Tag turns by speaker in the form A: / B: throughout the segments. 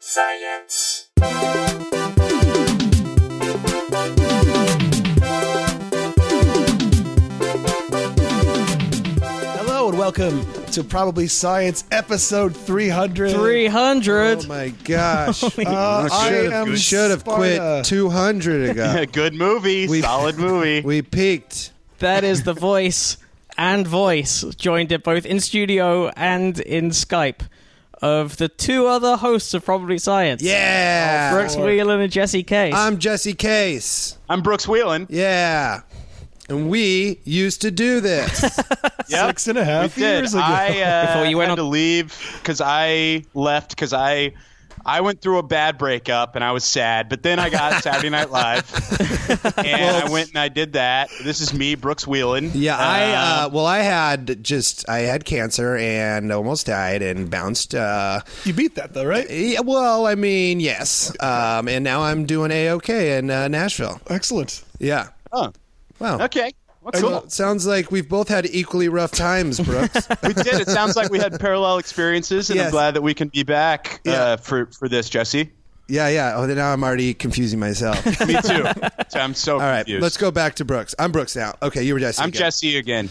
A: science.
B: Hello and welcome to Probably Science, episode 300.
C: 300.
D: Oh my gosh.
B: Uh, I
D: should
B: am
D: have, should have
B: Sparta.
D: quit 200 ago.
A: Good movie.
D: We-
A: solid movie.
D: we peaked.
C: That is the voice and voice joined it both in studio and in Skype of the two other hosts of Probably Science.
D: Yeah.
C: Brooks Whelan and Jesse Case.
D: I'm Jesse Case.
A: I'm Brooks Whelan.
D: Yeah. And we used to do this.
A: Yep.
B: Six and a half
A: We did.
B: years ago.
A: I uh,
C: Before you went
A: had
C: on-
A: to leave because I left because I I went through a bad breakup and I was sad. But then I got Saturday Night Live and I went and I did that. This is me, Brooks Whelan.
D: yeah,
A: Uh,
D: I uh, well I had just I had cancer and almost died and bounced uh
B: you beat that though, right?
D: yeah, well, I mean, yes. Um and now I'm doing A-OK in uh, Nashville.
B: Excellent.
D: Yeah.
A: oh,
D: Wow.
A: okay. Well,
D: Well,
A: cool.
D: it sounds like we've both had equally rough times, Brooks.
A: we did. It sounds like we had parallel experiences, and I'm
D: Yes.
A: glad that we can be back uh,
D: Yeah.
A: for for this, Jesse.
D: yeah, yeah. Oh, now I'm already confusing myself.
A: Me too. So I'm so
D: All right,
A: confused.
D: let's go back to Brooks. I'm Brooks now. Okay, you were Jesse.
A: I'm
D: again.
A: Jesse again.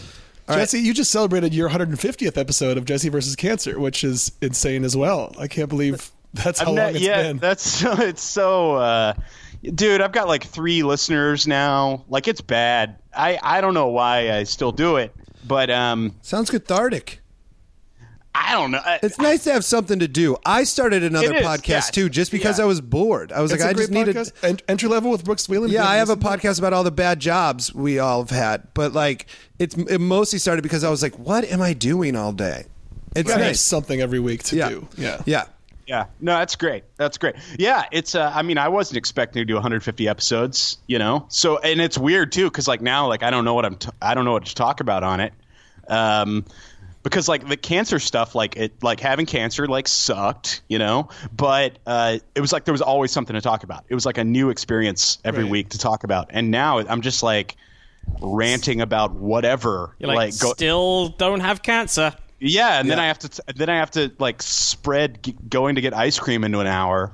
D: right.
B: Jesse, you just celebrated your 150th episode of Jesse versus Cancer, which is insane as well. I can't believe that's how
A: I'm
B: long
A: not-
B: it's
A: yeah,
B: been.
A: that's so. It's so. Uh, dude, I've got like three listeners now. Like it's bad. I I don't know why I still do it, but um,
D: Sounds cathartic.
A: I don't know. I-
D: It's nice to have something to do. I started another
A: It is,
D: podcast
A: yeah.
D: too, just because
A: Yeah.
D: I was bored. I was
B: it's
D: like,
B: a
D: I
B: great
D: just needed.
B: podcast. Ent- entry level with Brooks Whelan.
D: Yeah,
B: Can you
D: I have a
B: listen to it?
D: podcast about all the bad jobs we all have had, but like, it's it mostly started because I was like, what am I doing all day? It's
B: You gotta have
D: nice.
B: something every week to
D: yeah.
B: do. Yeah.
D: yeah.
A: yeah, no, that's great. That's great. Yeah, it's. Uh, I mean, I wasn't expecting to do 150 episodes. You know, so and it's weird too because like now, like I don't know what I'm. T- I don't know what to talk about on it. Um, because like the cancer stuff, like it, like having cancer, like sucked. You know, but uh, it was like there was always something to talk about. It was like a new experience every
B: Right.
A: week to talk about. And now I'm just like ranting about whatever.
C: You're like,
A: go-
C: still don't have cancer.
A: yeah, and then
D: Yeah.
A: I have to then I have to like spread g- going to get ice cream into an hour,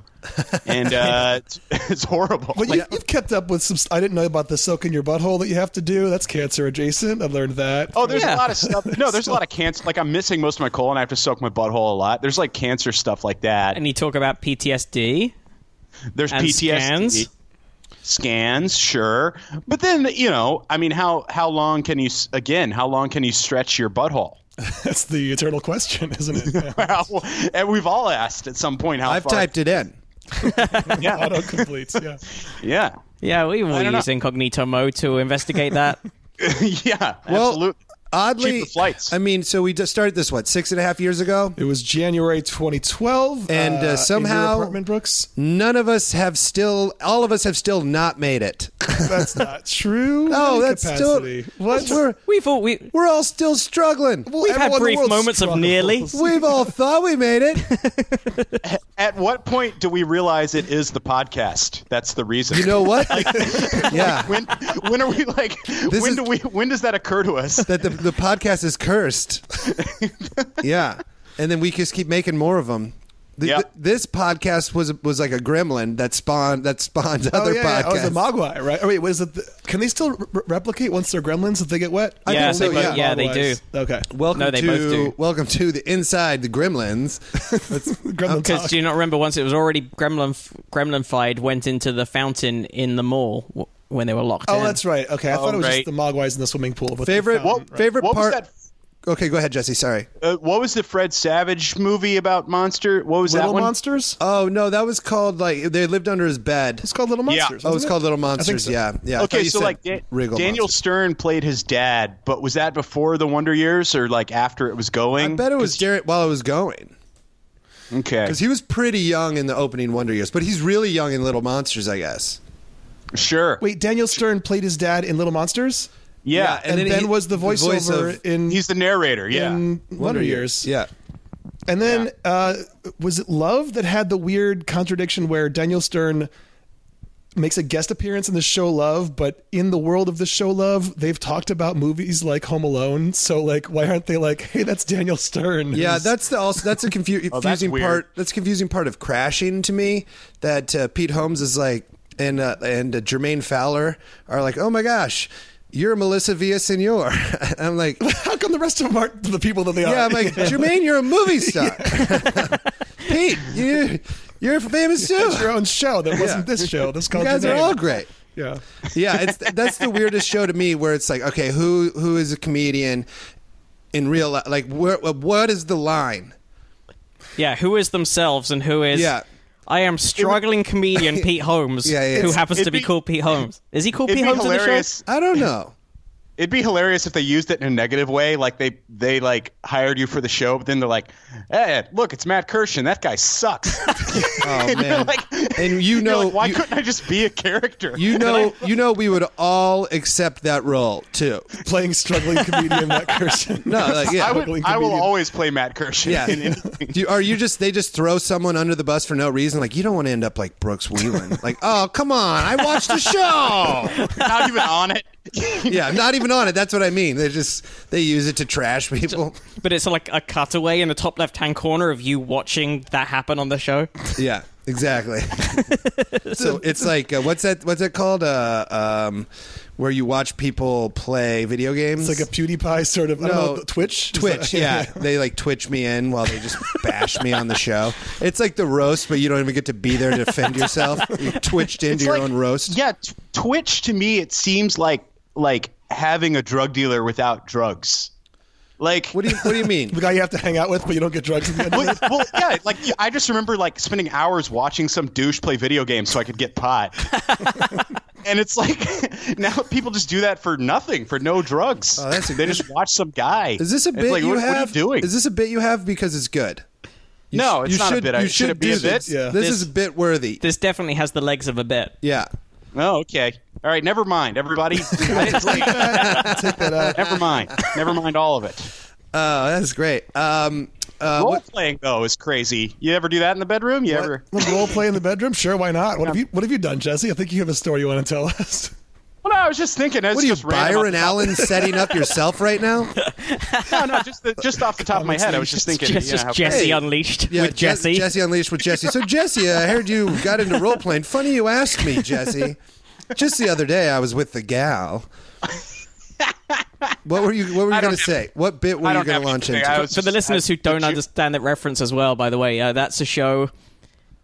A: and uh, it's, it's horrible.
B: But
A: Like,
B: you, you've kept up with some. I didn't know about the soak in your butthole that you have to do. That's cancer adjacent. I learned that.
A: oh, there's
C: Yeah.
A: a lot of stuff. No, there's a lot of cancer. Like I'm missing most of my colon. I have to soak my butthole a lot. There's like cancer stuff like that.
C: And you talk about PTSD.
A: there's
C: and
A: PTSD.
C: scans?
A: Scans, sure, but then you know, I mean, how how long can you s- again? How long can you stretch your butthole?
B: That's the eternal question, isn't it? Yeah.
A: How- and we've all asked at some point how
D: I've
A: far.
D: typed it in.
A: yeah,
B: Autocomplete. Yeah.
A: yeah,
C: Yeah, we will
A: don't know.
C: use incognito mode to investigate that.
A: yeah.
D: Well,
A: absolutely.
D: oddly,
A: Cheaper flights.
D: I mean, so we just started this what six and a half years ago.
B: It was January 2012,
D: And, uh,
B: in your
D: somehow-
B: apartment Brooks.
D: None of us have still. All of us have still not made it.
B: That's not true.
D: Oh,
B: Any
D: that's
B: capacity.
D: still what we're
C: we thought we.
D: we're all still struggling.
C: We've had
B: Everyone in the
C: brief
B: world
C: moments of nearly.
B: struggles.
D: We've all thought we made it.
A: At what point do we realize it is the podcast? That's the reason.
D: You know what? yeah.
A: when when are we like when
D: is-
A: do we when does that occur to us?
D: That the, the podcast is cursed. yeah. And then we just keep making more of them. The,
A: Yeah.
D: th- this podcast was was like a gremlin that spawned that spawned
B: Oh,
D: other
B: yeah, yeah. Oh,
D: podcasts.
B: the Mogwai, right? Oh, wait, was it? The, can they still re- replicate once they're gremlins if they get wet?
D: I
C: Yeah,
D: think
C: they
D: so,
C: both- yeah, they do.
B: Mogwais. Okay.
D: welcome
C: No, they
D: to
C: both do.
D: welcome to the inside the gremlins.
B: Gremlin
C: Because
B: talk.
C: do you not remember once it was already gremlin gremlinfied went into the fountain in the mall w- when they were locked in?
B: Oh, that's right. Okay, I thought it was
A: right.
B: just the Mogwais in the swimming pool. But
D: favorite
B: What?
D: favorite
A: What was
D: part.
A: that?
D: Okay, go ahead, Jesse. Sorry.
A: Uh, what was the Fred Savage movie about monster? What was
B: Little
A: that one?
B: monsters.
D: Oh no, that was called like they lived under his bed.
B: it's called Little
A: Yeah.
B: Monsters.
D: Oh, it's
B: isn't it?
D: called Little
B: think
D: Monsters.
B: so.
D: Yeah, yeah. I thought
A: Okay,
D: you
A: so
D: said
A: like da-
D: Wriggle
A: Daniel
D: Monsters.
A: Stern played his dad, but was that before the Wonder Years or like after it was going?
D: I bet it was Jarrett while it was going
A: Okay,
D: because he was pretty young in the opening Wonder Years, but he's really young in Little Monsters, I guess.
A: sure.
B: Wait, Daniel Stern played his dad in Little Monsters,
A: yeah,
D: yeah,
B: and,
D: then
B: then,
D: he-
B: was the
D: the voice
B: voiceover
D: of-
B: in
A: he's the narrator. Yeah,
B: in Wonder Years.
D: Yeah,
B: And then uh, was it Love that had the weird contradiction where Daniel Stern makes a guest appearance in the show Love, but in the world of the show Love, they've talked about movies like Home Alone. So like, why aren't they like, hey, that's Daniel Stern?
D: Yeah,
B: who's-
D: that's the also that's a confu-
A: Oh, that's
D: confusing
A: weird.
D: part. That's a confusing part of crashing to me. That uh, Pete Holmes is like, and uh, and uh, Jermaine Fowler are like, oh my gosh, you're Melissa Villaseñor. I'm like,
B: how come the rest of them aren't the people that they are?
D: yeah, I'm like Jermaine, you're a movie star. Pete, you you're famous too.
B: it's your own show that wasn't this show. This
D: You
B: called
D: guys are
B: Jermaine.
D: all great.
B: yeah.
D: yeah, it's that's the weirdest show to me where it's like, okay, who who is a comedian in real life? Like, where what is the line?
C: Yeah, who is themselves and who is.
D: Yeah.
C: I am struggling comedian Pete Holmes,
D: Yeah, yeah.
C: who
D: It's-
C: happens to
A: it'd
C: be,
A: be-
C: called Pete Holmes. Is he called
A: It'd
C: Pete
A: be
C: Holmes
A: hilarious.
D: I don't know.
A: It'd be hilarious if they used it in a negative way, like they they like hired you for the show, but then they're like, "Hey, look, it's Matt Kirshen. That guy sucks."
D: Oh man! and you
A: You're
D: know,
A: like, why
D: you,
A: couldn't I just be a character?
D: you know, you know, we would all accept that role too.
B: Playing struggling comedian Matt Kirsten.
D: No, like yeah,
A: I, would,
B: struggling
A: I will
B: comedian.
A: always play Matt Kirshen.
D: yeah.
A: in anything.
D: Do you, are you just they just throw someone under the bus for no reason? Like you don't want to end up like Brooks Wheelan. like oh come on, I watched the show.
A: Not even on it.
D: yeah, I'm not even on it. That's what I mean. They just they use it to trash people.
C: in the show? But it's like a cutaway in the top left hand corner of you watching that happen on the show.
D: Yeah, exactly. so it's like uh, what's that? What's that called? Uh, um, where you watch people play video games?
B: It's like a PewDiePie sort of I don't know, Twitch. Is
D: Twitch.
B: that-
D: yeah, they like Twitch me in while they just bash me on the show. It's like the roast, but you don't even get to be there to defend yourself. You twitched into
A: It's
D: your
A: like-
D: own roast.
A: Yeah, t- Twitch to me it seems like like having a drug dealer without drugs. Like
D: What do you What do you mean?
B: The guy you have to hang out with, but you don't get drugs. At the end of
A: well,
B: it.
A: well, yeah, like I just remember like spending hours watching some douche play video games so I could get pot. and it's like now people just do that for nothing, for no drugs.
D: Oh, that's a
A: they just watch some guy.
D: Is this a
A: It's
D: bit
A: like,
D: you
A: what,
D: have?
A: What are you doing?
D: Is this a bit you have because it's good? You
A: no,
D: sh-
A: it's
D: you
A: not
D: should,
A: a bit. I-
D: You
A: should it be
D: do
A: a bit?
D: This. This,
C: This-
D: is a bit worthy.
C: This definitely has the legs of a bit.
D: yeah.
A: Oh, okay. All right, never mind, everybody. I didn't like that. Never mind. Never mind all of it.
D: Oh, that's great. Um, uh,
A: Role
D: what-
A: playing though is crazy. You ever do that in the bedroom? You ever?
B: Little role play in the bedroom? Sure, why not? What have you What have you done, Jesse? I think you have a story you want to tell us.
A: Well, no, I was just thinking. It's
D: What are you,
A: just random off
D: Byron
A: the top-
D: Allen, setting up yourself right now?
A: No, no, just the, just off the top of my head, I was just thinking.
C: Just,
A: you know,
C: just
A: how-
C: Jesse
D: Hey.
C: Unleashed with
D: Je-
C: Jesse.
D: Jesse Unleashed with Jesse. So Jesse, I heard you got into role playing. Funny you asked me, Jesse. Just the other day, I was with the gal. What were you? What were you
A: don't
D: going to
A: have-
D: say? What bit were
A: I
D: you
A: don't
D: going
A: have
D: to launch
A: anything.
D: into?
A: I was
C: For the
A: just-
C: listeners who
A: I-
C: don't
A: did you-
C: understand that reference as well, by the way, uh, that's a show.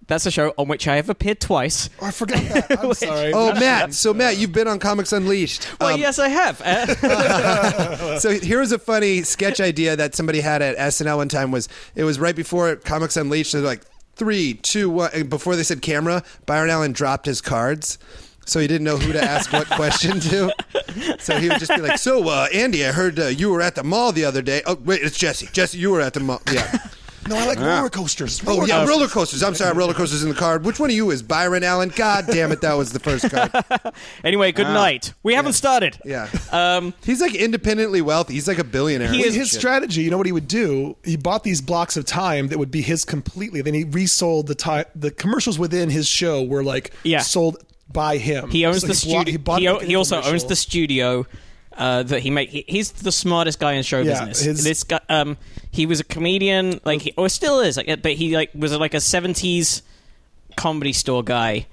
C: That's a show on which I have appeared twice.
B: Oh, I forgot that. I'm sorry.
D: oh, Matt. So Matt, you've been on Comics Unleashed.
C: Well,
D: Um,
C: Oh, yes, I have. Uh,
D: So here's a funny sketch idea that somebody had at SNL one time was it was right before Comics Unleashed. They're like three, two, one. And before they said camera, Byron Allen dropped his cards. So he didn't know who to ask what question to. So he would just be like, "So, uh, Andy, I heard uh, you were at the mall the other day. Oh, wait, it's Jesse. Jesse, you were at the mall. Yeah.
B: no, I like roller coasters.
D: Oh,
B: Roller
D: yeah,
B: coasters.
D: roller coasters. I'm sorry, roller coasters in the card. Which one of you is Byron Allen? God damn it, that was the first card.
C: anyway, good night. We haven't started.
D: Ah. Yeah.
C: Um,
D: He's like independently wealthy. He's like a billionaire.
C: He
D: or
C: is-
D: some
B: his
D: shit.
B: strategy, you know what he would do? He bought these blocks of time that would be his completely. Then he resold the time. The commercials within his show were like
C: Yeah.
B: sold by him.
C: he owns
B: So he
C: the
B: bought-
C: studio. He,
B: bought
C: o-
B: like an
C: he also
B: infomercial.
C: owns the studio uh, that he make. He, he's the smartest guy in show
B: Yeah,
C: business.
B: his-
C: This guy, um, he was a comedian, like he, or still is, like, but he like was like a seventies comedy store guy.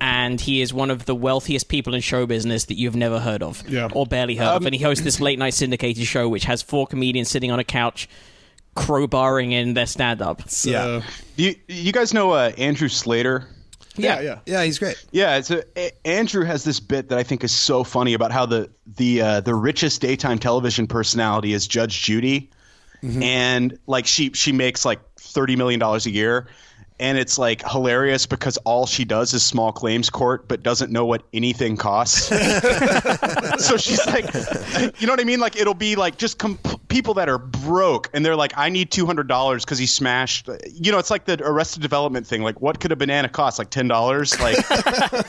C: And he is one of the wealthiest people in show business that you've never heard of,
B: Yeah. Um,
C: or barely heard of. And he hosts this late night syndicated show, which has four comedians sitting on a couch, crowbarring in their stand up.
B: So-
D: Yeah.
A: Do you, you guys know uh, Andrew Slater?
B: yeah, yeah.
D: yeah, he's great.
A: Yeah, it's a, A- Andrew has this bit that I think is so funny about how the the uh, the richest daytime television personality is Judge Judy, and like she she makes like thirty million dollars a year, and it's like hilarious because all she does is small claims court, but doesn't know what anything costs. so she's like, you know what I mean? Like it'll be like just com- people that are broke and they're like, I need two hundred dollars because he smashed. You know, it's like the Arrested Development thing. Like, what could a banana cost? Like ten dollars? Like,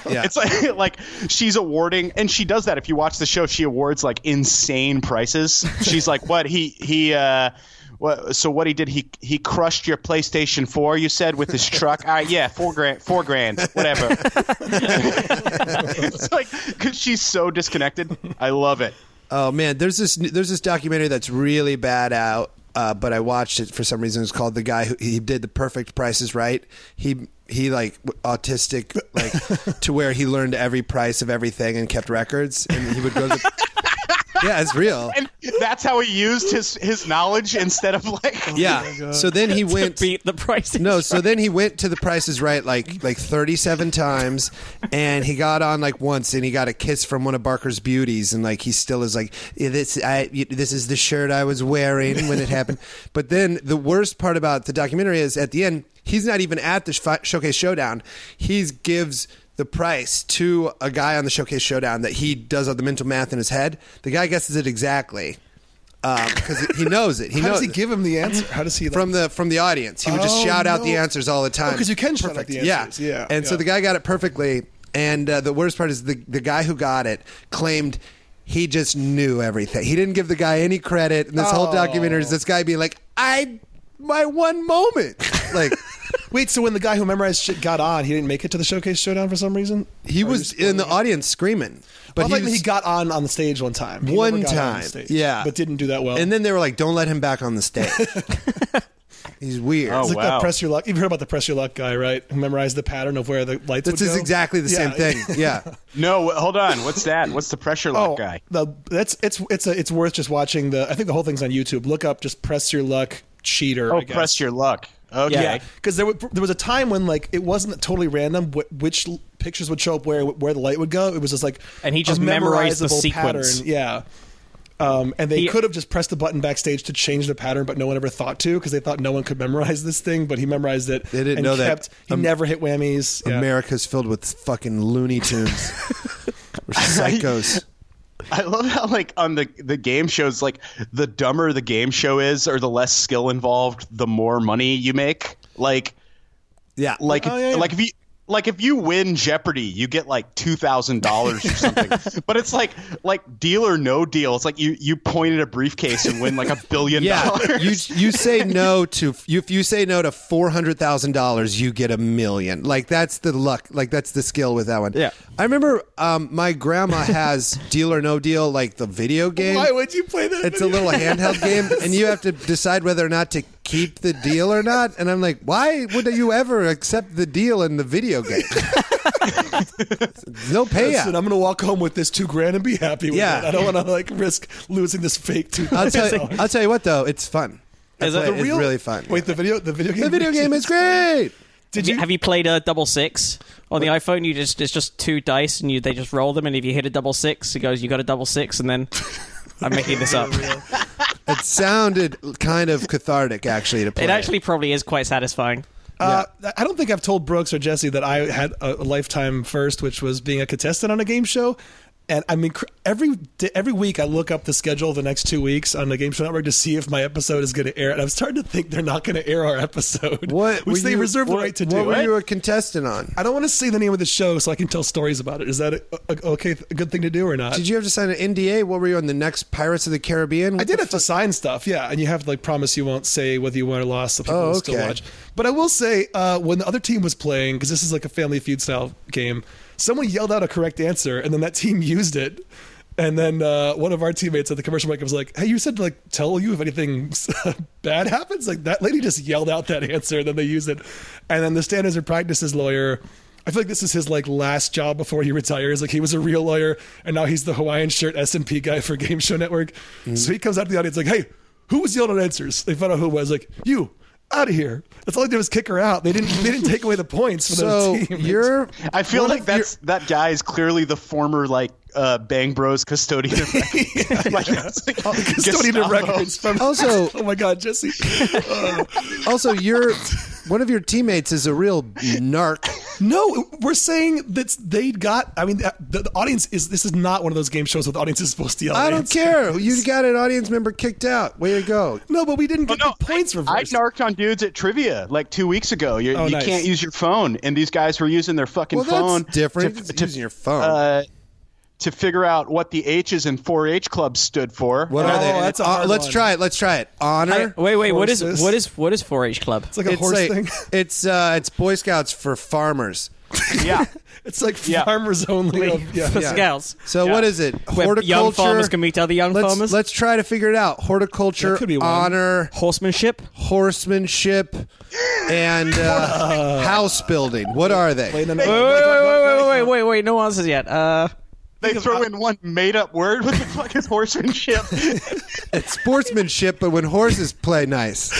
D: Yeah.
A: it's like like she's awarding, and she does that. If you watch the show, she awards like insane prices. She's like, what he he. uh wha- so what he did, he he crushed your PlayStation Four. You said with his truck. All right, yeah, four grand, four grand, whatever. it's like because she's so disconnected. I love it.
D: Oh man, there's this there's this documentary that's really bad out, uh, but I watched it for some reason. It's called "The Guy Who He Did the Perfect Prices Right." He he like w- autistic like to where he learned every price of everything and kept records, and he would go. to Yeah, it's real.
A: And that's how he used his his knowledge instead of like
D: Yeah. So then he went.
C: beat the prices.
D: No, so then he went to the prices right like like 37 times and he got on like once and he got a kiss from one of Barker's beauties and like he still is like "Yeah, this I y- this is the shirt I was wearing when it happened. But then the worst part about the documentary is at the end he's not even at the sh- showcase showdown. He gives the price to a guy on the showcase showdown that he does all the mental math in his head. The guy guesses it exactly. Because he knows it. He
B: How
D: knows
B: does he give him the answer? How does he like,
D: from the from the audience. He would just
B: Oh,
D: shout out the
B: no. Oh,
D: answers all the time.
B: 'cause you can shout out the answers. Yeah,
D: And so
B: yeah.
D: the guy got it perfectly. And uh, the worst part is the the guy who got it claimed he just knew everything. He didn't give the guy any credit. And this whole documentary is this guy being like, "I my one moment." Like
B: Wait, so when the guy who memorized shit got on, he didn't make it to the showcase showdown for some reason?
D: he
B: Are you
D: was
B: spoiling
D: in the
B: it?
D: audience screaming,
B: But
D: but he,
B: he,
D: was,
B: he got on on the stage one time. He
D: One
B: never got on
D: time,
B: the stage,
D: yeah.
B: but didn't do that well.
D: and then they were like, "Don't let him back on the stage." He's weird.
A: Oh,
B: it's like
A: wow.
B: that press your luck. You've heard about the press your luck guy, right? Who memorized the pattern of where the lights.
D: This
B: would
D: is
B: go?
D: exactly the
B: Yeah.
D: same thing. Yeah.
A: No, wh- hold on. What's that? What's the pressure lock
B: Oh,
A: guy?
B: the- that's it's it's a, it's worth just watching the. I think the whole thing's on YouTube. Look up just press your luck cheater.
A: Oh,
B: I guess.
A: press your luck. Okay.
B: Yeah, because there, wa- there was a time when like it wasn't totally random wh- which l- pictures would show up where where the light would go. It was just like
C: And he
B: a
C: just memorized the
B: memorizable
C: sequence.
B: Pattern. Yeah. Um, and they
C: He-
B: could have just pressed the button backstage to change the pattern, but no one ever thought to because they thought no one could memorize this thing. But he memorized it.
D: They didn't
B: and
D: know that.
B: kept, He
D: Am-
B: never hit whammies. Yeah.
D: America's filled with fucking Looney Tunes. We're psychos.
A: I love how like on the the game shows like the dumber the game show is or the less skill involved, the more money you make. Like
D: Yeah.
A: like
B: Oh, yeah, yeah.
A: like if you like if you win Jeopardy, you get like two thousand dollars or something. but it's like like deal or no deal. It's like you you point at a briefcase and win like a billion
D: yeah, you
A: dollars.
D: you say no to you, if you say no to four hundred thousand dollars, you get a million. Like that's the luck. Like that's the skill with that one.
C: Yeah.
D: I remember um, my grandma has Deal or No Deal, like the video game.
B: Why would you play that?
D: it's a
B: video?
D: little handheld game, and you have to decide whether or not to keep the deal or not. And I'm like, why would you ever accept the deal in the video game? no payout.
B: Listen, I'm gonna walk home with this two grand and be happy. with
D: Yeah.
B: it. I don't want to like risk losing this fake two.
D: I'll tell, you, I'll tell you what though, it's fun. I
C: Is that
D: play
C: the
D: it.
B: real-
D: It's really fun.
B: Wait, the video, the video game,
D: the video game is great.
B: Did
C: Have you, have you played a double six on the iPhone? You just it's just two dice and you they just roll them and if you hit a double six, it goes you got a double six and then I'm making this up.
D: It sounded kind of cathartic actually to play.
C: It actually probably is quite satisfying.
B: Uh, I don't think I've told Brooks or Jesse that I had a lifetime first, which was being a contestant on a game show. And I mean, cr- every di- every week I look up the schedule of the next two weeks on the Game Show Network to see if my episode is going to air. And I'm starting to think they're not going to air our episode,
D: What
B: which
D: were
B: they
D: you-
B: reserve the
D: what-
B: right to
D: What
B: do.
D: were you a contestant on?
B: I don't want to say the name of the show so I can tell stories about it. Is that a, a, okay? A good thing to do or not?
D: Did you have to sign an NDA? What were you on the next Pirates of the Caribbean?
B: I did have to sign stuff, yeah, and you have to like promise you won't say whether you won or lost, so people
D: Oh,
B: will still
D: okay.
B: watch. But I will say, uh, when the other team was playing, because this is like a Family Feud style game, someone yelled out a correct answer, and then that team used it. And then uh, one of our teammates at the commercial break was like, "Hey, you said to, like tell you if anything bad happens." Like that lady just yelled out that answer, and then they used it. And then the standards and practices lawyer. I feel like this is his like last job before he retires. Like he was a real lawyer, and now he's the Hawaiian shirt S and P guy for Game Show Network.
D: Mm-hmm.
B: So he comes out to the audience like, "Hey, who was yelling at answers?" They found out who it was. Like you, out of here. That's all they did was kick her out. They didn't. They didn't take away the points for
D: So
B: the team.
D: you're.
A: I feel
D: one
A: like
D: of your-
A: that's that guy is clearly the former like uh, Bang Bros custodian. of records. like, that's like
B: Oh, custodian of
A: Gestapo.
B: records from.
D: Also-
B: oh my God, Jesse. Uh,
D: also you're. One of your teammates is a real narc.
B: No, we're saying that they got. I mean, the, the audience is. This is not one of those game shows where the audience is supposed to yell.
D: I
B: at
D: don't
B: answers.
D: care. You got an audience member kicked out. Way to go.
B: No, but we didn't get
A: no,
B: the points
A: I
B: reversed.
A: narked on dudes at trivia like two weeks ago. You're,
B: Oh,
A: you
B: nice.
A: can't use your phone, and these guys were using their fucking
D: Well,
A: phone.
D: that's different.
A: to-
D: It's
A: to-
D: using your phone.
A: uh, to figure out what the H's in 4-H clubs stood for.
D: What
A: And
D: are
A: I-
D: they?
B: Oh, that's a
D: Uh,
B: hard
D: let's
B: one.
D: try it. Let's try it. Honor.
C: I- Uh, wait, wait. What is
B: Horses.
C: what is what is 4-H club?
B: It's like a
D: it's
B: horse
D: like-
B: thing.
D: It's uh, it's Boy Scouts for farmers.
A: Yeah.
B: It's like
A: Yeah.
B: farmers only. Of, yeah.
C: for
D: yeah.
C: scouts.
D: So
A: Yeah.
D: what is it?
C: Where young farmers can meet other young
D: let's,
C: farmers.
D: Let's try to figure it out. Horticulture,
B: That could be one.
D: honor,
C: Horsemanship.
D: horsemanship, and uh, house building. What are they?
B: And then-
C: Wait, wait, wait, wait, wait, wait, wait. No answers yet. Uh,
A: They throw in one made-up word. What the fuck is horsemanship?
D: It's sportsmanship, but when horses play nice.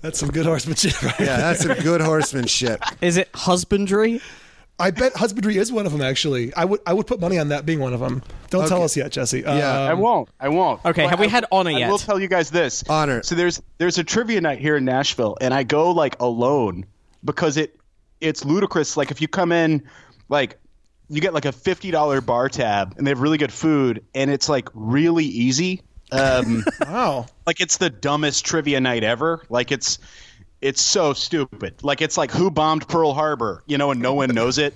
B: That's some good horsemanship. Right?
D: Yeah, that's some good horsemanship.
C: is it husbandry?
B: I bet husbandry is one of them. Actually, I would I would put money on that being one of them. Don't tell us yet, Jesse. Um,
D: Yeah.
A: I won't. I won't.
C: Okay,
A: But
C: have we
A: I-
C: had honor yet?
A: I will tell you guys this.
D: Honor.
A: So there's there's a trivia night here in Nashville, and I go like alone because it it's ludicrous. Like if you come in, like you get like a fifty dollar bar tab, and they have really good food, and it's like really easy. Um,
B: wow.
A: like it's the dumbest trivia night ever. Like it's it's so stupid. Like it's like who bombed Pearl Harbor, you know, and no one knows it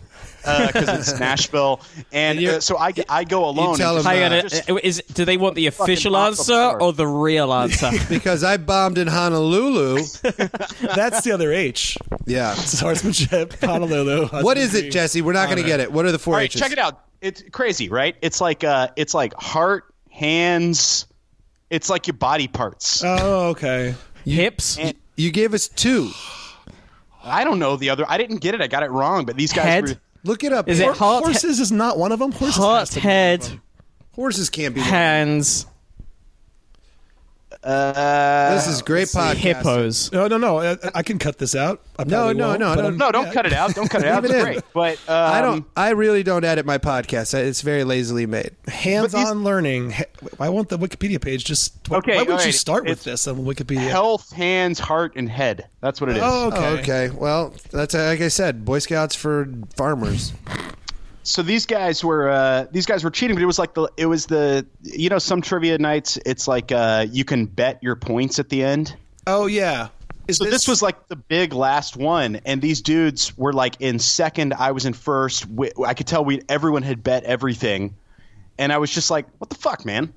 A: because it's Nashville. And,
D: you-
A: uh, so I I go alone.
D: tell
A: and
D: them
A: just-
C: Hang on,
D: Uh,
C: uh,
A: just-
C: is do they want the official
A: awesome
C: answer
A: summer.
C: or the real answer?
D: Because I bombed in Honolulu.
B: That's the other H.
D: Yeah.
B: It's horsemanship. Honolulu.
D: What is
B: husbandry.
D: it, Jesse? We're not going to get it. What are the four
A: All right,
D: H's?
A: check it out. It's crazy, right? It's like uh, it's like heart, hands. It's like your body parts.
B: Oh, okay.
C: Hips,
D: You gave us two.
A: I don't know the other. I didn't get it. I got it wrong. But these guys
C: head.
A: were.
D: Look it up.
C: Is it heart?
B: Horses is not one of them. Horses has
C: Heart,
B: to be
C: head,
D: Horses can't be.
C: hands,
A: Uh,
D: This is great podcast.
C: hippos.
B: No, no, no. I, I can cut this out. I
D: No,
B: probably
D: no,
B: won't,
D: no,
B: but
D: no,
B: I'm-
A: no, don't cut it out. Don't cut it out.
D: Leave
A: It's
D: it in.
A: great. But um,
D: I don't. I really don't edit my podcast. It's very lazily made.
B: Hands-on learning. He- Why won't the Wikipedia page just? Why,
A: Okay,
B: why would
A: all
B: you
A: right.
B: start with
A: It's
B: this on Wikipedia?
A: Health, hands, heart, and head. That's what it is.
B: oh, okay.
D: Oh, okay. Well, that's uh, like I said, Boy Scouts for farmers.
A: so these guys were uh, these guys were cheating, but it was like the it was the you know some trivia nights it's like uh, you can bet your points at the end.
B: Oh yeah. Is
A: So this, was like the big last one, and these dudes were like in second. I was in first. We, I could tell we everyone had bet everything, and I was just like, "What the fuck, man?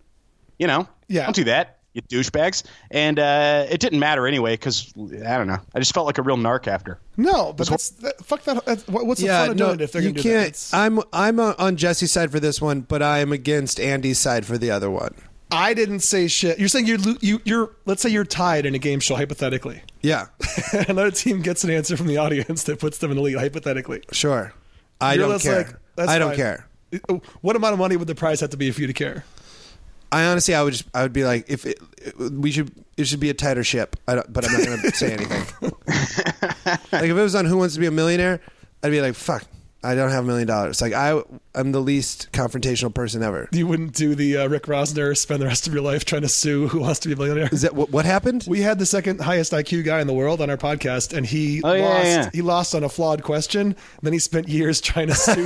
A: You know,
B: Yeah.
A: don't do that, you douchebags." And uh, it didn't matter anyway because I don't know. I just felt like a real narc after.
B: no, but that's, that, fuck that. that's- what- what's the fun of doing it if they're
D: you
B: gonna do that?
D: can't.
B: It's-
D: I'm I'm uh, on Jesse's side for this one, but I am against Andy's side for the other one.
B: I didn't say shit. You're saying you're lo- you, you're let's say you're tied in a game show hypothetically.
D: Yeah,
B: Another team gets an answer from the audience that puts them in the lead hypothetically.
D: sure. I
B: You're
D: don't
B: less
D: care.
B: like, that's
D: I don't
B: fine. Uh,
D: care.
B: What amount of money would the prize have to be for you to care?
D: I honestly, I would just, I would be like, if it, it- we should, it should be a tighter ship. I don't, but I'm not going to say anything. like if it was on Who Wants to Be a Millionaire, I'd be like, fuck, I don't have a million dollars. Like I, I'm the least confrontational person ever.
B: You wouldn't do the uh, Rick Rosner spend the rest of your life trying to sue who wants to be a millionaire.
D: Is that what, what happened?
B: We had the second highest IQ guy in the world on our podcast, and he
A: Oh, yeah,
B: lost.
A: yeah.
B: He lost on a flawed question. Then he spent years trying to sue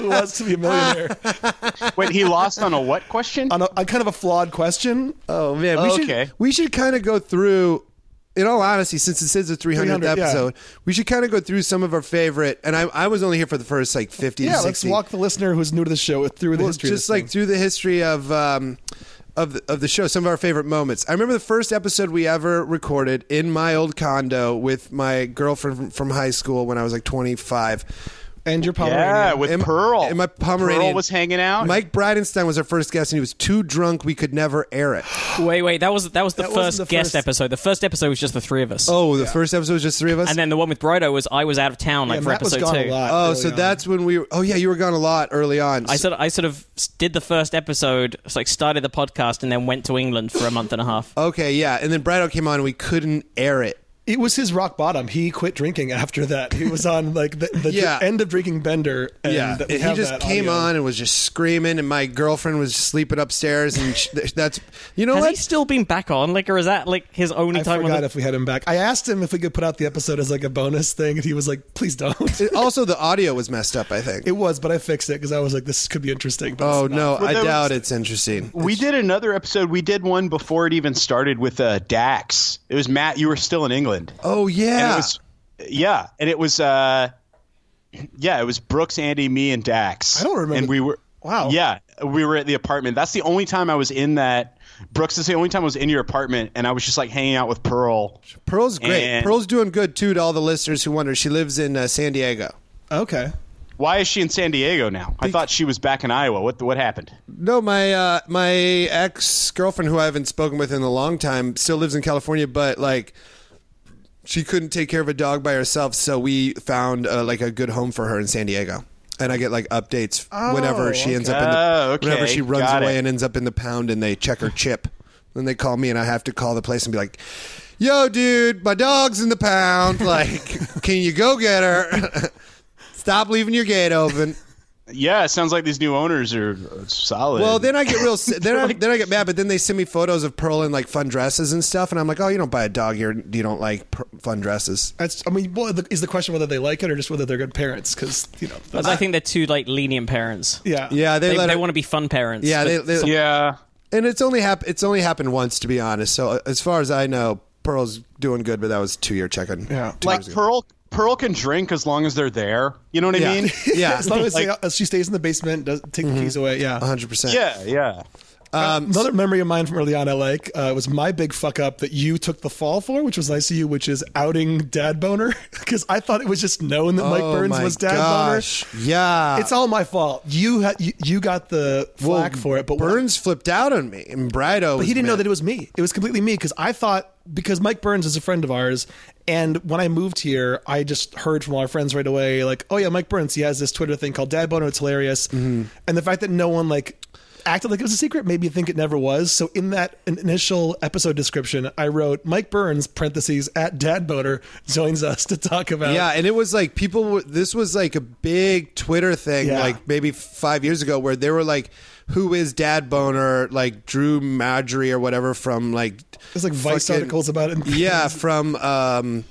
B: who wants to be a millionaire
A: Wait, he lost on a what question?
B: on, a, on kind of a flawed question.
D: Oh man, we
A: Okay.
D: should we should kind of go through. In all honesty, since this is the 300th
B: 300, yeah.
D: episode, we should kind of go through some of our favorite. And I, I was only here for the first like 50
B: yeah,
D: to
B: let's
D: 60.
B: walk the listener who's new to the show through the
D: Well,
B: history. of this
D: just like
B: thing.
D: through the history of um, of the, of the show, some of our favorite moments. I remember the first episode we ever recorded in my old condo with my girlfriend from, from high school when I was like 25.
B: and your Pomeranian.
A: yeah, with
D: And-
A: Pearl.
D: and my Pomeranian
A: Pearl was hanging out.
D: Mike Bridenstine was our first guest, and he was too drunk we could never air it.
C: Wait, wait. That was that was the
B: That wasn't
C: first
B: the
C: guest
B: first-
C: episode. The first episode was just the three of us.
D: Oh, the first episode was just three of us.
C: And then the one with Brido was I was out of town like
B: Yeah,
C: for
B: Matt was
C: episode
B: gone
C: two.
B: a lot.
D: oh,
B: early
D: so
B: on.
D: that's when we. Were, oh yeah, you were gone a lot early on.
C: I sort of, I sort of did the first episode, so like started the podcast, and then went to England for a month and a half.
D: okay, yeah, and then Brido came on, and we couldn't air it.
B: it was his rock bottom. He quit drinking after that. He was on like the, the
D: Yeah.
B: end of drinking Bender. And
D: Yeah,
B: that we
D: he
B: have
D: just
B: that
D: came
B: audio.
D: on and was just screaming, and my girlfriend was sleeping upstairs, and sh- th- that's you know
C: Has
D: what?
C: he still been back on? Like, or is that like his only
B: I
C: time?
B: forgot
C: on the-
B: if we had him back. I asked him if we could put out the episode as like a bonus thing, and he was like, "Please don't."
D: It- also, the audio was messed up. I think.
B: It was, but I fixed it because I was like, "This could be interesting." But
D: oh
B: it's
D: no, I
A: that was-
D: doubt it's interesting.
A: We did another episode. We did one before it even started with uh, Dax. It was Matt. You were still in England.
D: Oh
A: And it
D: yeah,
A: was, yeah, and it was. Uh, yeah, it was Brooks, Andy, me, and Dax.
B: I don't remember-
A: And we were
B: Wow.
A: Yeah, we were at the apartment. That's the only time I was in that. Brooks is the only time I was in your apartment, and I was just like hanging out with Pearl.
D: Pearl's great.
A: And-
D: Pearl's doing good too. To all the listeners who wonder, she lives in uh, San Diego.
B: Okay.
A: Why is she in San Diego now? I thought she was back in Iowa. What what happened?
D: No, my uh, my ex girlfriend who I haven't spoken with in a long time still lives in California, but like she couldn't take care of a dog by herself, so we found uh, like a good home for her in San Diego. And I get like updates whenever she ends up in the,
A: Oh, okay.
D: whenever she runs
A: Got
D: away
A: it.
D: and ends up in the pound, and they check her chip. Then they call me, and I have to call the place and be like, "Yo, dude, my dog's in the pound. Like, can you go get her? Stop leaving your gate open."
A: Yeah, it sounds like these new owners are uh, solid.
D: Well, then I get real. Then I, then I get mad. But then they send me photos of Pearl in like fun dresses and stuff, and I'm like, oh, you don't buy a dog here. You don't like pr- fun dresses.
B: That's, I mean, well, the, is the question whether they like it or just whether they're good parents? Because you know, that's,
C: I think they're too like lenient parents.
B: yeah,
D: Yeah, they,
C: They,
D: let
C: they
D: her-
C: want to be fun parents.
D: Yeah,
C: but
D: they, they,
A: yeah,
D: and it's only hap- It's only happened once, to be honest. So uh, as far as I know, Pearl's doing good, but that was two year check-in.
B: Yeah.
D: Two
A: like
D: years ago.
A: Pearl. Pearl can drink as long as they're there. You know what I
D: Yeah.
A: mean?
D: yeah, Mm-hmm.
B: As long as, they, as she stays in the basement, does take the keys away. Yeah.
D: 100. percent
A: yeah, yeah.
B: Another memory of mine from early on I like uh, was my big fuck up that you took the fall for, which was nice of you, which is outing dad boner because I thought it was just known that Mike Burns was dad
D: Oh gosh. Yeah,
B: boner. It's all my fault. You ha- you, you got the
D: Well,
B: flack for it, but when-
D: Burns flipped out on me, and Brido.
B: But he didn't know that it was me. It was completely me because I thought because Mike Burns is a friend of ours, and when I moved here, I just heard from all our friends right away, like, "Oh yeah, Mike Burns. He has this Twitter thing called Dad Boner. It's hilarious."
D: Mm-hmm.
B: And the fact that no one like acted like it was a secret made me think it never was. So in that in- initial episode description, I wrote Mike Burns parentheses at Dad Boner joins us to talk about.
D: Yeah, and it was like people. were- This was like a big Twitter thing,
B: Yeah.
D: like maybe five years ago, where they were like, "Who is Dad Boner?" Like Drew Madry or whatever from like.
B: There's like Vice
D: fucking-
B: articles about it.
D: Yeah, from um,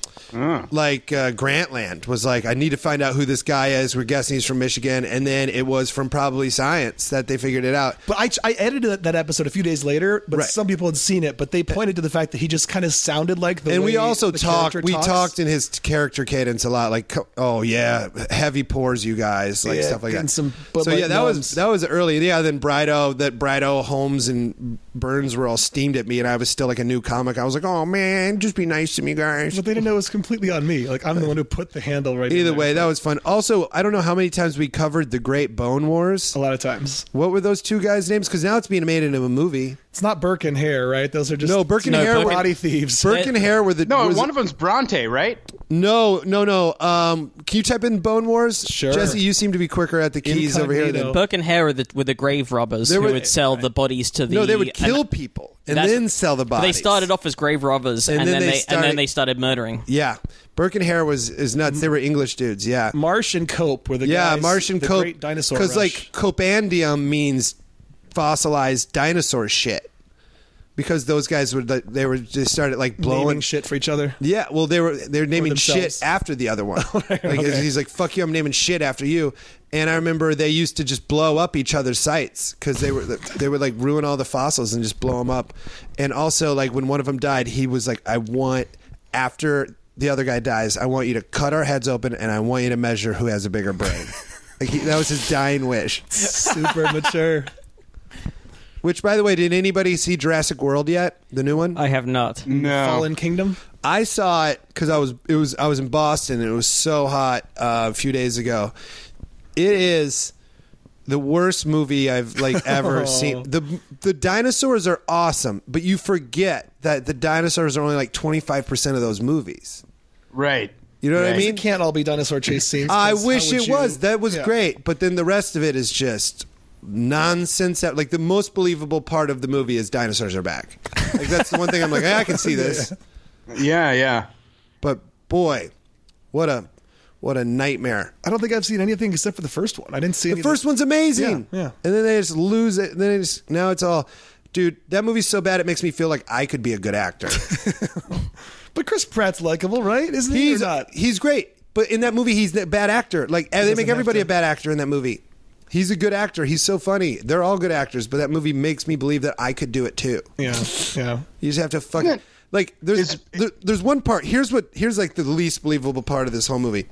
D: like uh, Grantland was like, "I need to find out who this guy is." We're guessing he's from Michigan, and then it was from probably Science that they figured it out.
B: But I, I edited that- that episode a few days later, but
D: Right.
B: some people had seen it, but they pointed to the fact that he just kind of sounded like the
D: and
B: way
D: we also
B: the
D: talked.
B: character
D: We
B: talks.
D: talked in his character cadence a lot, like, co- "Oh yeah, heavy pours, you guys," like
B: Yeah,
D: stuff like
B: getting
D: that.
B: some Bud
D: so
B: Light
D: yeah, that was
B: nubs.
D: that was early. Yeah, then Brido, that Brido, Holmes, and Burns were all steamed at me, and I was still like a new comic. I was like, "Oh man, just be nice to me, guys."
B: But they didn't know it was completely on me. Like I'm the one who put the handle right. in
D: Either
B: there.
D: way, that was fun. Also, I don't know how many times we covered the Great Bone Wars.
B: a lot of times
D: What were those two guys' names? Because now it's being made into a movie.
B: it's not Burke and Hare, right? Those are just
D: No, Burke and
C: No,
D: Hare
C: Burke
D: were
C: and-
B: body thieves.
D: Burke and Hare were the
A: No,
D: was-
A: one of them's Bronte, right?
D: No, no, no. Um, can you type in Bone Wars?
B: Sure.
D: Jesse, you seem to be quicker at the keys over here than.
B: Incognito.
C: Burke and Hare are the, were the grave robbers who
D: were-
C: would sell the bodies to the.
D: No, they would kill
C: and-
D: people and
C: that's-
D: then sell the bodies.
C: They started off as grave robbers, and, then, they, and
D: started-
C: then they started murdering.
D: Yeah, Burke and Hare was is nuts. They were English dudes. Yeah,
B: Marsh and Cope were the
D: yeah.
B: Mm, guys,
D: Martian
B: the
D: cope
B: great dinosaur.
D: because like
B: rush.
D: copandium means fossilized dinosaur shit. Because those guys would like, they were just started like blowing
B: naming shit for each other.
D: Yeah, well, they were they're naming shit
B: themselves.
D: after the other one. like he's like, "Fuck you, I'm naming shit after you." And I remember they used to just blow up each other's sites because they were they would like ruin all the fossils and just blow them up. And also, like when one of them died, he was like, "I want after the other guy dies, I want you to cut our heads open and I want you to measure who has a bigger brain." like he, that was his dying wish.
B: Super mature.
D: Which, by the way, did anybody see Jurassic World yet? The new one?
C: I have not.
A: No.
B: Fallen Kingdom.
D: I saw it because I was it was I was in Boston and it was so hot uh, a few days ago. It is the worst movie I've like
B: Oh.
D: ever seen. the The dinosaurs are awesome, but you forget that the dinosaurs are only like twenty five percent of those movies.
A: Right.
D: You know what I
A: Right.
B: It
D: mean?
B: can't all be dinosaur chase scenes.
D: I
B: 'cause how
D: wish
B: would
D: it
B: you-
D: was. That was
B: Yeah.
D: great, but then the rest of it is just nonsense. That like the most believable part of the movie is dinosaurs are back. Like that's the one thing I'm like, "Hey, I can see this.
A: Yeah, yeah.
D: But boy, what a what a nightmare.
B: I don't think I've seen anything except for the first one. I didn't see
D: The first one's amazing.
B: Yeah, yeah.
D: And then they just lose it. And then they just now it's all dude, that movie's so bad it makes me feel like I could be a good actor.
B: But Chris Pratt's likable, right? Isn't he? or
D: he's
B: not.
D: he's great. But in that movie he's a bad actor. Like they
B: doesn't
D: make
B: have
D: everybody
B: to.
D: a bad actor in that movie. He's a good actor. He's so funny. They're all good actors, but that movie makes me believe that I could do it too.
B: Yeah, yeah.
D: You just have to fucking like there's
A: It's-
D: there, there's one part. Here's what here's like the least believable part of this whole movie.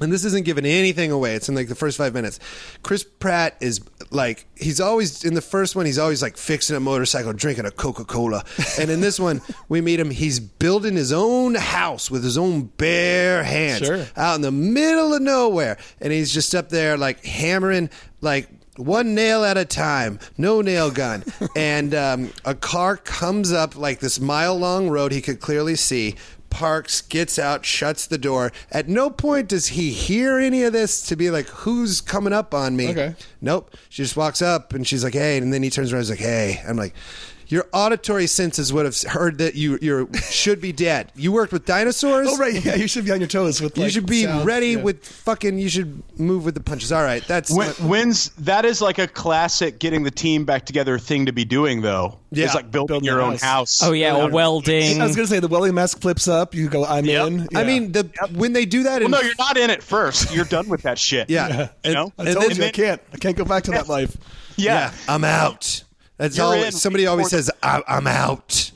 D: and this isn't giving anything away. It's in like the first five minutes. Chris Pratt is like he's always in the first one. He's always like fixing a motorcycle, drinking a Coca Cola, and in this one we meet him. He's building his own house with his own bare hands
B: Sure.
D: out in the middle of nowhere, and he's just up there like hammering like. One nail at a time, no nail gun. and um, a car comes up like this mile long road he could clearly see, parks, gets out, shuts the door. At no point does he hear any of this to be like, who's coming up on me?
B: Okay.
D: Nope. She just walks up and she's like, hey. And then he turns around and he's like, hey. I'm like, your auditory senses would have heard that you you should be dead. You worked with dinosaurs.
B: Oh right, yeah, you should be on your toes with. Like,
D: you should be
B: sounds,
D: ready
B: yeah.
D: with fucking. You should move with the punches. All right, that's
A: When, when's that is like a classic getting the team back together thing to be doing though.
D: Yeah,
A: it's like building,
B: building
A: your
B: a
A: own
B: house.
A: house.
C: Oh yeah, or
A: Without-
C: welding.
B: I was gonna say the welding mask flips up. You go, I'm
A: Yep.
B: in.
D: I
B: Yeah.
D: mean, the when they do that, in,
A: Well, no, you're not in it first. You're done with that shit.
D: Yeah,
A: You know?
B: I
D: and
B: told
D: then-
B: you I can't. I can't go back to that life.
A: yeah.
D: I'm out. That's
A: You're
D: all.
A: in
D: Somebody always
A: before-
D: says, I- "I'm out."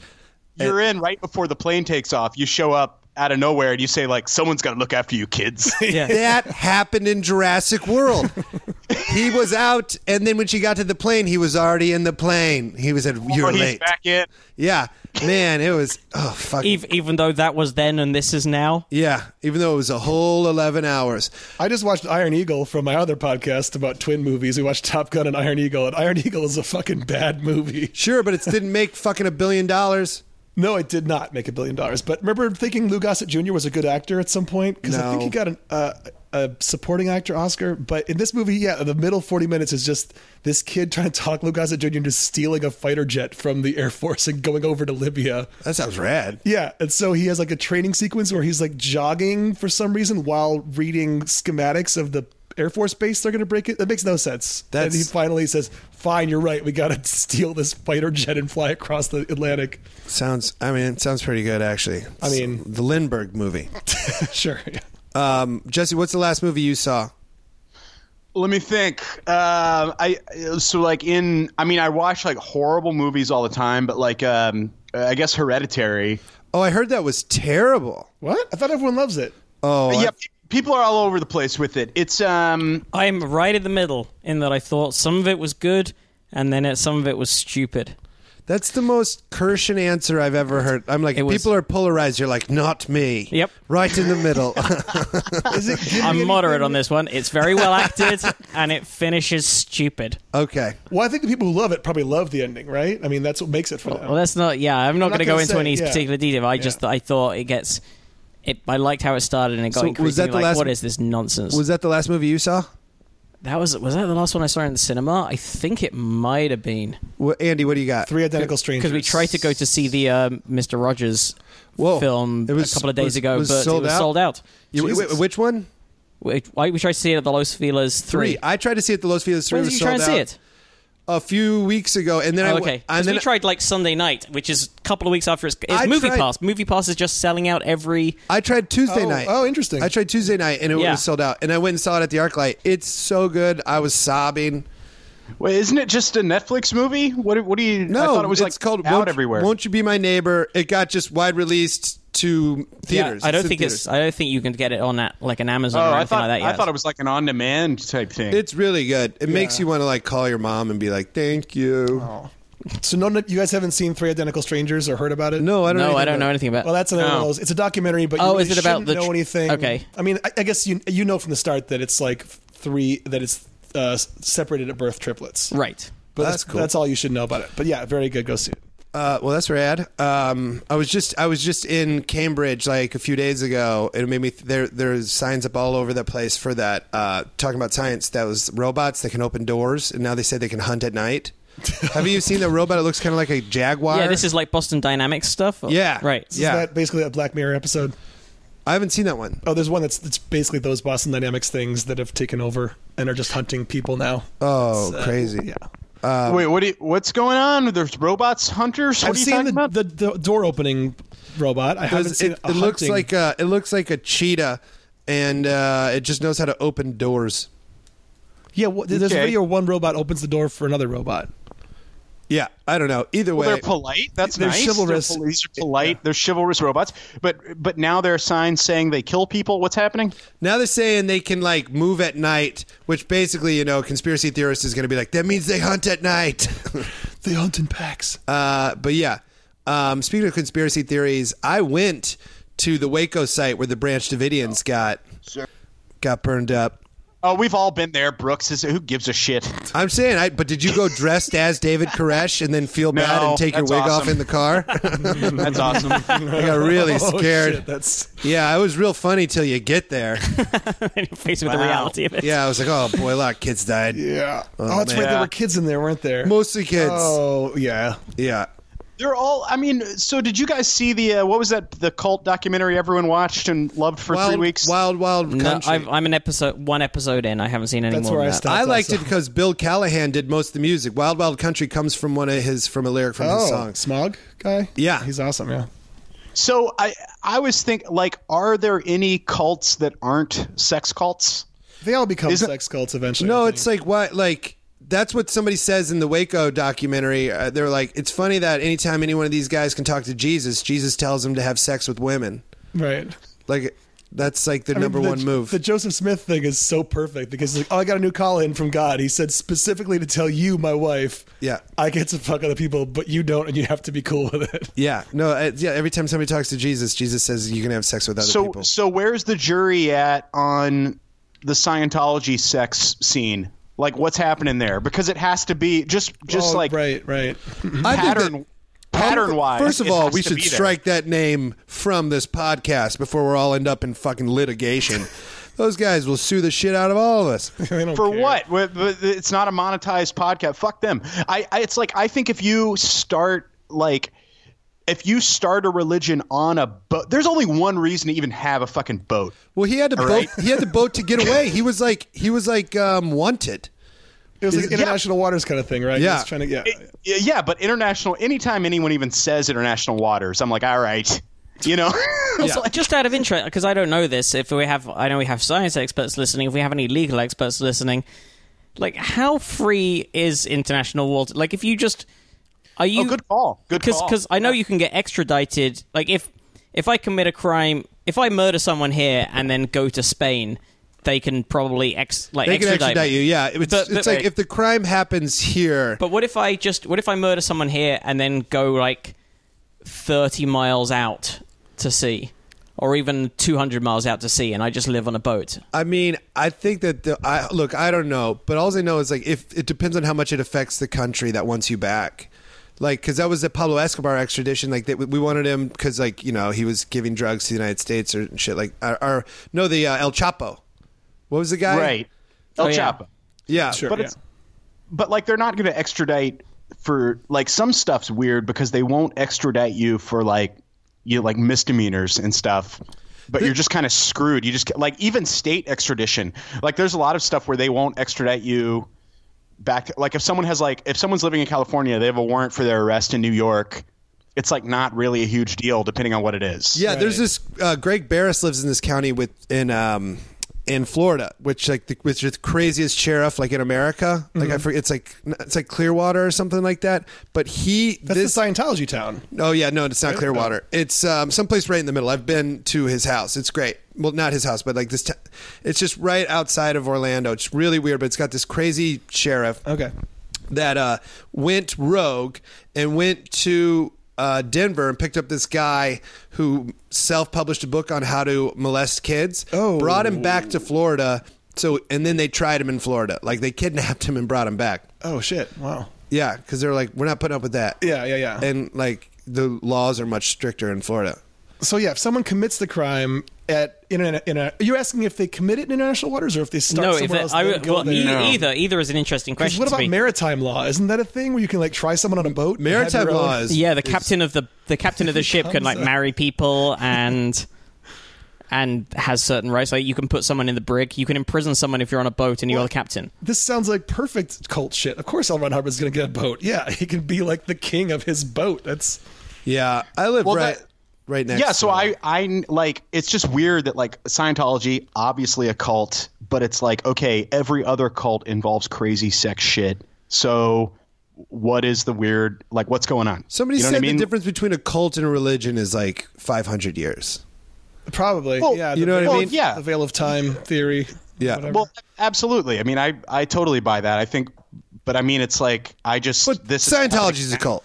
A: You're in right before the plane takes off. You show up out of nowhere and you say like, "Someone's got to look after you, kids."
C: yeah.
D: That happened in Jurassic World. he was out, and then when she got to the plane, he was already in the plane. He was at
A: Or
D: "You're
A: he's
D: late."
A: back in.
D: Yeah, man, it was oh fuck.
C: Even, even though that was then and this is now.
D: yeah, even though it was a whole eleven hours.
B: I just watched Iron Eagle from my other podcast about twin movies. We watched Top Gun and Iron Eagle, and Iron Eagle is a fucking bad movie.
D: Sure, but it didn't make fucking a billion dollars.
B: No, it did not make a billion dollars. But remember thinking Lou Gossett Jr. was a good actor at some point because I think
D: No.
B: he got an, uh, a supporting actor Oscar. But in this movie, yeah, the middle forty minutes is just this kid trying to talk Lou Gossett Jr. into stealing a fighter jet from the Air Force and going over to Libya.
D: That sounds rad.
B: Yeah, and so he has like a training sequence where he's like jogging for some reason while reading schematics of the Air Force base they're going to break it. That makes no sense. and
D: That's-
B: he finally says, "Fine, you're right. We got to steal this fighter jet and fly across the Atlantic."
D: Sounds. I mean, it sounds pretty good actually.
B: I mean-
D: the Lindbergh movie.
B: sure. yeah.
D: Um, Jesse, what's the last movie you saw?
A: Let me think. Um I so like in. I mean, I watch like horrible movies all the time, but like um, I guess Hereditary.
D: Oh, I heard that was terrible.
B: What? I thought everyone loves it.
D: Oh, I-
A: yeah, pe- people are all over the place with it. It's um,
C: I'm right in the middle in that I thought some of it was good and then it, some of it was stupid.
D: that's the most Kirshen answer I've ever heard. I'm like,
C: It was-
D: people are polarized. You're like, not me.
C: Yep.
D: Right in the middle.
B: Is it? giving
C: I'm
B: anything-
C: moderate on this one. It's very well acted and it finishes stupid.
D: okay.
B: Well, I think the people who love it probably love the ending, right? I mean, that's what makes it for them.
C: Well, that's not. Yeah, I'm not
B: not
C: going to go
B: gonna
C: into
B: say,
C: any
B: yeah.
C: particular detail. I just
B: Yeah.
C: I thought it gets. It, I liked how it started and it got
D: So was
C: increasingly
D: that the
C: like,
D: last-
C: what is this nonsense?
D: Was that the last movie you saw?
C: that was was that the last one I saw in the cinema? I think it might have been
D: Wha Andy, what do you got?
B: Three identical strangers.
C: because we tried to go to see the um, Mister Rogers
D: Whoa.
C: film
D: It was-
C: a couple of days
D: was-
C: ago,
D: was
C: but
D: sold
C: it was
D: out?
C: sold out.
D: You- wait,
B: Jesus.
D: which one?
C: We, I- we tried to see it at the Los Feliz three.
D: I tried to see it at the Los Feliz. Three
C: When did
D: was
C: you try and
D: sold
C: see
D: out
C: it?
D: a few weeks ago, and then I
C: Oh,
D: w-
C: okay,
D: and
C: because
D: then
C: we tried like Sunday night, which is a couple of weeks after it's, it's
D: I
C: Movie
D: tried-
C: Pass. Movie Pass is just selling out every.
D: I tried Tuesday
B: Oh,
D: night.
B: oh, interesting.
D: I tried Tuesday night, and it
C: Yeah.
D: was sold out. And I went and saw it at the ArcLight. It's so good. I was sobbing.
A: wait, isn't it just a Netflix movie? What? What do you?
D: No,
A: I thought it was
D: it's
A: like
D: called
A: out
D: Won't-
A: everywhere.
D: Won't you be my neighbor? It got just wide released to theaters.
C: Yeah, I don't
D: in
C: think it's.
D: theaters.
C: I don't think you can get it on that like an Amazon
A: oh,
C: or
A: I
C: anything
A: thought
C: like that.
A: I
C: Yet.
A: thought it was like an on-demand type thing.
D: It's really good. It makes you want to like call your mom and be like, "Thank you."
B: Oh, So none of you guys haven't seen Three Identical Strangers or heard about it?
D: No, I don't.
C: no,
D: know
C: I don't know anything
D: anything
C: about.
B: Well, that's another one of
A: No.
B: those. It's a documentary, but you
C: Oh,
B: really
C: is it about
B: shouldn't
C: the tr-
B: know anything?
C: okay.
B: I mean, I, I guess you you know from the start that it's like three that it's uh, s- separated at birth triplets.
C: right.
B: But
D: That's cool.
B: That's all you should know about it. But yeah, very good. Go see it.
D: Uh, well, that's rad. Um, I was just I was just in Cambridge like a few days ago, and it made me th- there. There's signs up all over the place for that. Uh, talking about science, that was robots that can open doors, and now they say they can hunt at night. Have you seen the robot? It looks kind of like a jaguar.
C: Yeah, this is like Boston Dynamics stuff. or-
D: Yeah.
C: right.
B: Is
D: Yeah.
B: that basically a Black Mirror episode?
D: I haven't seen that one.
B: Oh, there's one that's that's basically those Boston Dynamics things that have taken over and are just hunting people now.
D: Oh,
B: It's, uh,
D: crazy!
B: Yeah.
A: wait, what? Do you, what's going on? There's robots, hunters. What
B: I've
A: are you
B: seen
A: talking
B: the,
A: about?
B: the, the door opening robot. I haven't
D: There's-
B: seen
D: it, it looks
B: hunting-
D: like a, it looks like a cheetah, and uh, it just knows how to open doors.
B: yeah. wh- There's a
A: Okay.
B: video where one robot opens the door for another robot.
D: Yeah, I don't know. Either way,
A: Well, they're polite. That's
B: They're
A: nice.
B: chivalrous.
A: They're, police are polite. They're chivalrous robots. But but now there are signs saying they kill people. What's happening?
D: Now they're saying they can like move at night, which basically, you know, conspiracy theorist is going to be like, that means they hunt at night.
B: They hunt in packs.
D: uh, but yeah, um, speaking of conspiracy theories, I went to the Waco site where the Branch Davidians got got burned up.
A: Oh, we've all been there. Brooks is who gives a shit.
D: I'm saying, I but did you go dressed as David Koresh and then feel
A: No,
D: bad and take your
A: that's
D: wig off
A: awesome.
D: in the car?
A: That's awesome.
D: I got really
B: Oh,
D: scared.
B: shit, that's
D: yeah, it was real funny till you get there.
C: and you're faced with the
A: Wow.
C: reality of it.
D: Yeah, I was like, oh boy, a lot of kids died.
B: yeah. Oh, that's right.
A: man.
B: There were kids in there, weren't there?
D: Mostly kids.
B: Oh yeah.
D: Yeah.
A: They're all. I mean, so did you guys see the uh, what was that? The cult documentary everyone watched and loved for
D: Wild,
A: three weeks.
D: wild, wild
C: No,
D: country.
C: I've, I'm an episode one episode in. I haven't seen any
B: That's
C: more.
B: where I
C: than that.
B: stopped.
D: I
B: That's
D: liked
B: awesome.
D: it because Bill Callahan did most of the music. Wild Wild Country comes from one of his from a lyric from his
B: Oh,
D: song.
B: Smog guy.
D: Yeah.
B: he's awesome. Yeah.
A: So I I was think like, are there any cults that aren't sex cults?
B: They all become
A: Isn't-
B: sex cults eventually.
D: No,
B: I
D: it's like what like that's what somebody says in the Waco documentary. Uh, they're like, it's funny that anytime any one of these guys can talk to Jesus, Jesus tells them to have sex with women.
B: think. right.
D: Like that's like the
B: I mean,
D: number
B: the-
D: one move.
B: The Joseph Smith thing is so perfect because like, oh, I got a new call in from God. He said specifically to tell you, my wife,
D: Yeah.
B: I get to fuck other people, but you don't, and you have to be cool with it.
D: yeah, no, uh, yeah. Every time somebody talks to Jesus, Jesus says you can have sex with other
A: so
D: people.
A: so where's the jury at on the Scientology sex scene? Like what's happening there? Because it has to be just just
B: Oh,
A: like
B: right, right.
D: I think that-
A: pattern pattern wise.
D: First of
A: it
D: all,
A: has
D: we
A: to
D: should
A: be there.
D: strike that name from this podcast before we're all end up in fucking litigation. Those guys will sue the shit out of all of us.
B: They don't
A: For
B: care.
A: what? Wh- wh- It's not a monetized podcast. Fuck them. I, I it's like I think if you start like if you start a religion on a boat, there's only one reason to even have a fucking boat.
D: Well, he had to boat.
A: right.
D: He had to boat to get away. He was like he was like um, wanted.
B: It was like
A: Yeah.
B: international waters kind of thing, right?
D: Yeah.
B: Just trying to yeah.
A: It- yeah, but international. Anytime anyone even says international waters, I'm like, all right, you know. It's like-
C: Just out of interest, because I don't know this. If we have, I know we have science experts listening. If we have any legal experts listening, like how free is international water? Like if you just are you
A: oh, good call. Good
C: because
A: call.
C: because I know you can get extradited. Like if if I commit a crime, if I murder someone here and then go to Spain, they can probably ex like
D: They can
C: extradite
D: extradite
C: me.
D: you. Yeah, it's,
C: But- but-
D: it's like if the crime happens here.
C: But what if I just what if I murder someone here and then go like thirty miles out to sea, or even two hundred miles out to sea, and I just live on a boat?
D: I mean, I think that the, I look. I don't know, but all I know is like if it depends on how much it affects the country that wants you back. Like, because that was the Pablo Escobar extradition. Like, that we wanted him because, like, you know, he was giving drugs to the United States or shit. Like, or, or no, the uh, El Chapo. What was the guy?
A: right, El
C: Oh, yeah.
A: Chapo.
D: Yeah.
B: sure,
A: But
B: yeah.
A: it's but like they're not going to extradite for like some stuff's weird because they won't extradite you for like you know, like misdemeanors and stuff. But you're just kind of screwed. You just get- like even state extradition. Like there's a lot of stuff where they won't extradite you back. To, like if someone has like if someone's living in California, they have a warrant for their arrest in New York. It's like not really a huge deal depending on what it is.
D: Yeah, there's this uh, Greg Barris lives in this county with in um in Florida, which like the, which is the craziest sheriff like in America. Like
B: Mm-hmm.
D: I forget, it's like it's like Clearwater or something like that. But he
B: That's
D: this
B: the Scientology town.
D: oh yeah no it's not
B: Oh.
D: Clearwater. It's um someplace right in the middle. I've been to his house. It's great. Well, not his house, but like this. T- it's just right outside of Orlando. It's really weird, but it's got this crazy sheriff
B: Okay.
D: that uh, went rogue and went to uh, Denver and picked up this guy who self-published a book on how to molest kids.
B: Oh.
D: brought him back to Florida. So and then they tried him in Florida. Like they kidnapped him and brought him back.
B: Oh shit. Wow.
D: Yeah, because they're like, we're not putting up with that.
B: Yeah, yeah, yeah.
D: And like the laws are much stricter in Florida.
B: So yeah, if someone commits the crime at in a, in a, are you asking if they commit it in international waters or if they start
C: no, if
B: somewhere
C: it,
B: else?
C: I
B: and then
C: would-
B: go
C: well,
B: there?
C: e- either either is an interesting
B: Because
C: question.
B: what
C: to
B: about
C: me.
B: maritime law? Isn't that a thing where you can like try someone on a boat? and have
D: Maritime
B: your own-
D: law is
C: yeah, the captain of the the captain of the ship can like marry people and and has certain rights. Like you can put someone in the brig, you can imprison someone if you're on a boat and you're the captain.
B: This sounds like perfect cult shit. Of course, L. Ron Hubbard's going to get a boat. Yeah, he can be like the king of his boat. That's
D: yeah. I live
A: Well,
D: right
A: that-
D: right next.
A: yeah so
D: to it.
A: I, I like it's just weird that like scientology obviously a cult but it's like okay every other cult involves crazy sex shit so what is the weird like what's going on?
D: Somebody
A: you know
D: said
A: what I mean?
D: the difference between a cult and a religion is like 500 years.
B: Probably.
A: Well,
B: yeah.
D: you know what I
B: veil-
D: mean?
A: Yeah.
B: The veil of time theory.
D: Yeah.
B: whatever.
A: Well, absolutely. I mean, I I totally buy that. I think, but I mean, it's like I just
D: But
A: this is-
D: Scientology is a cult.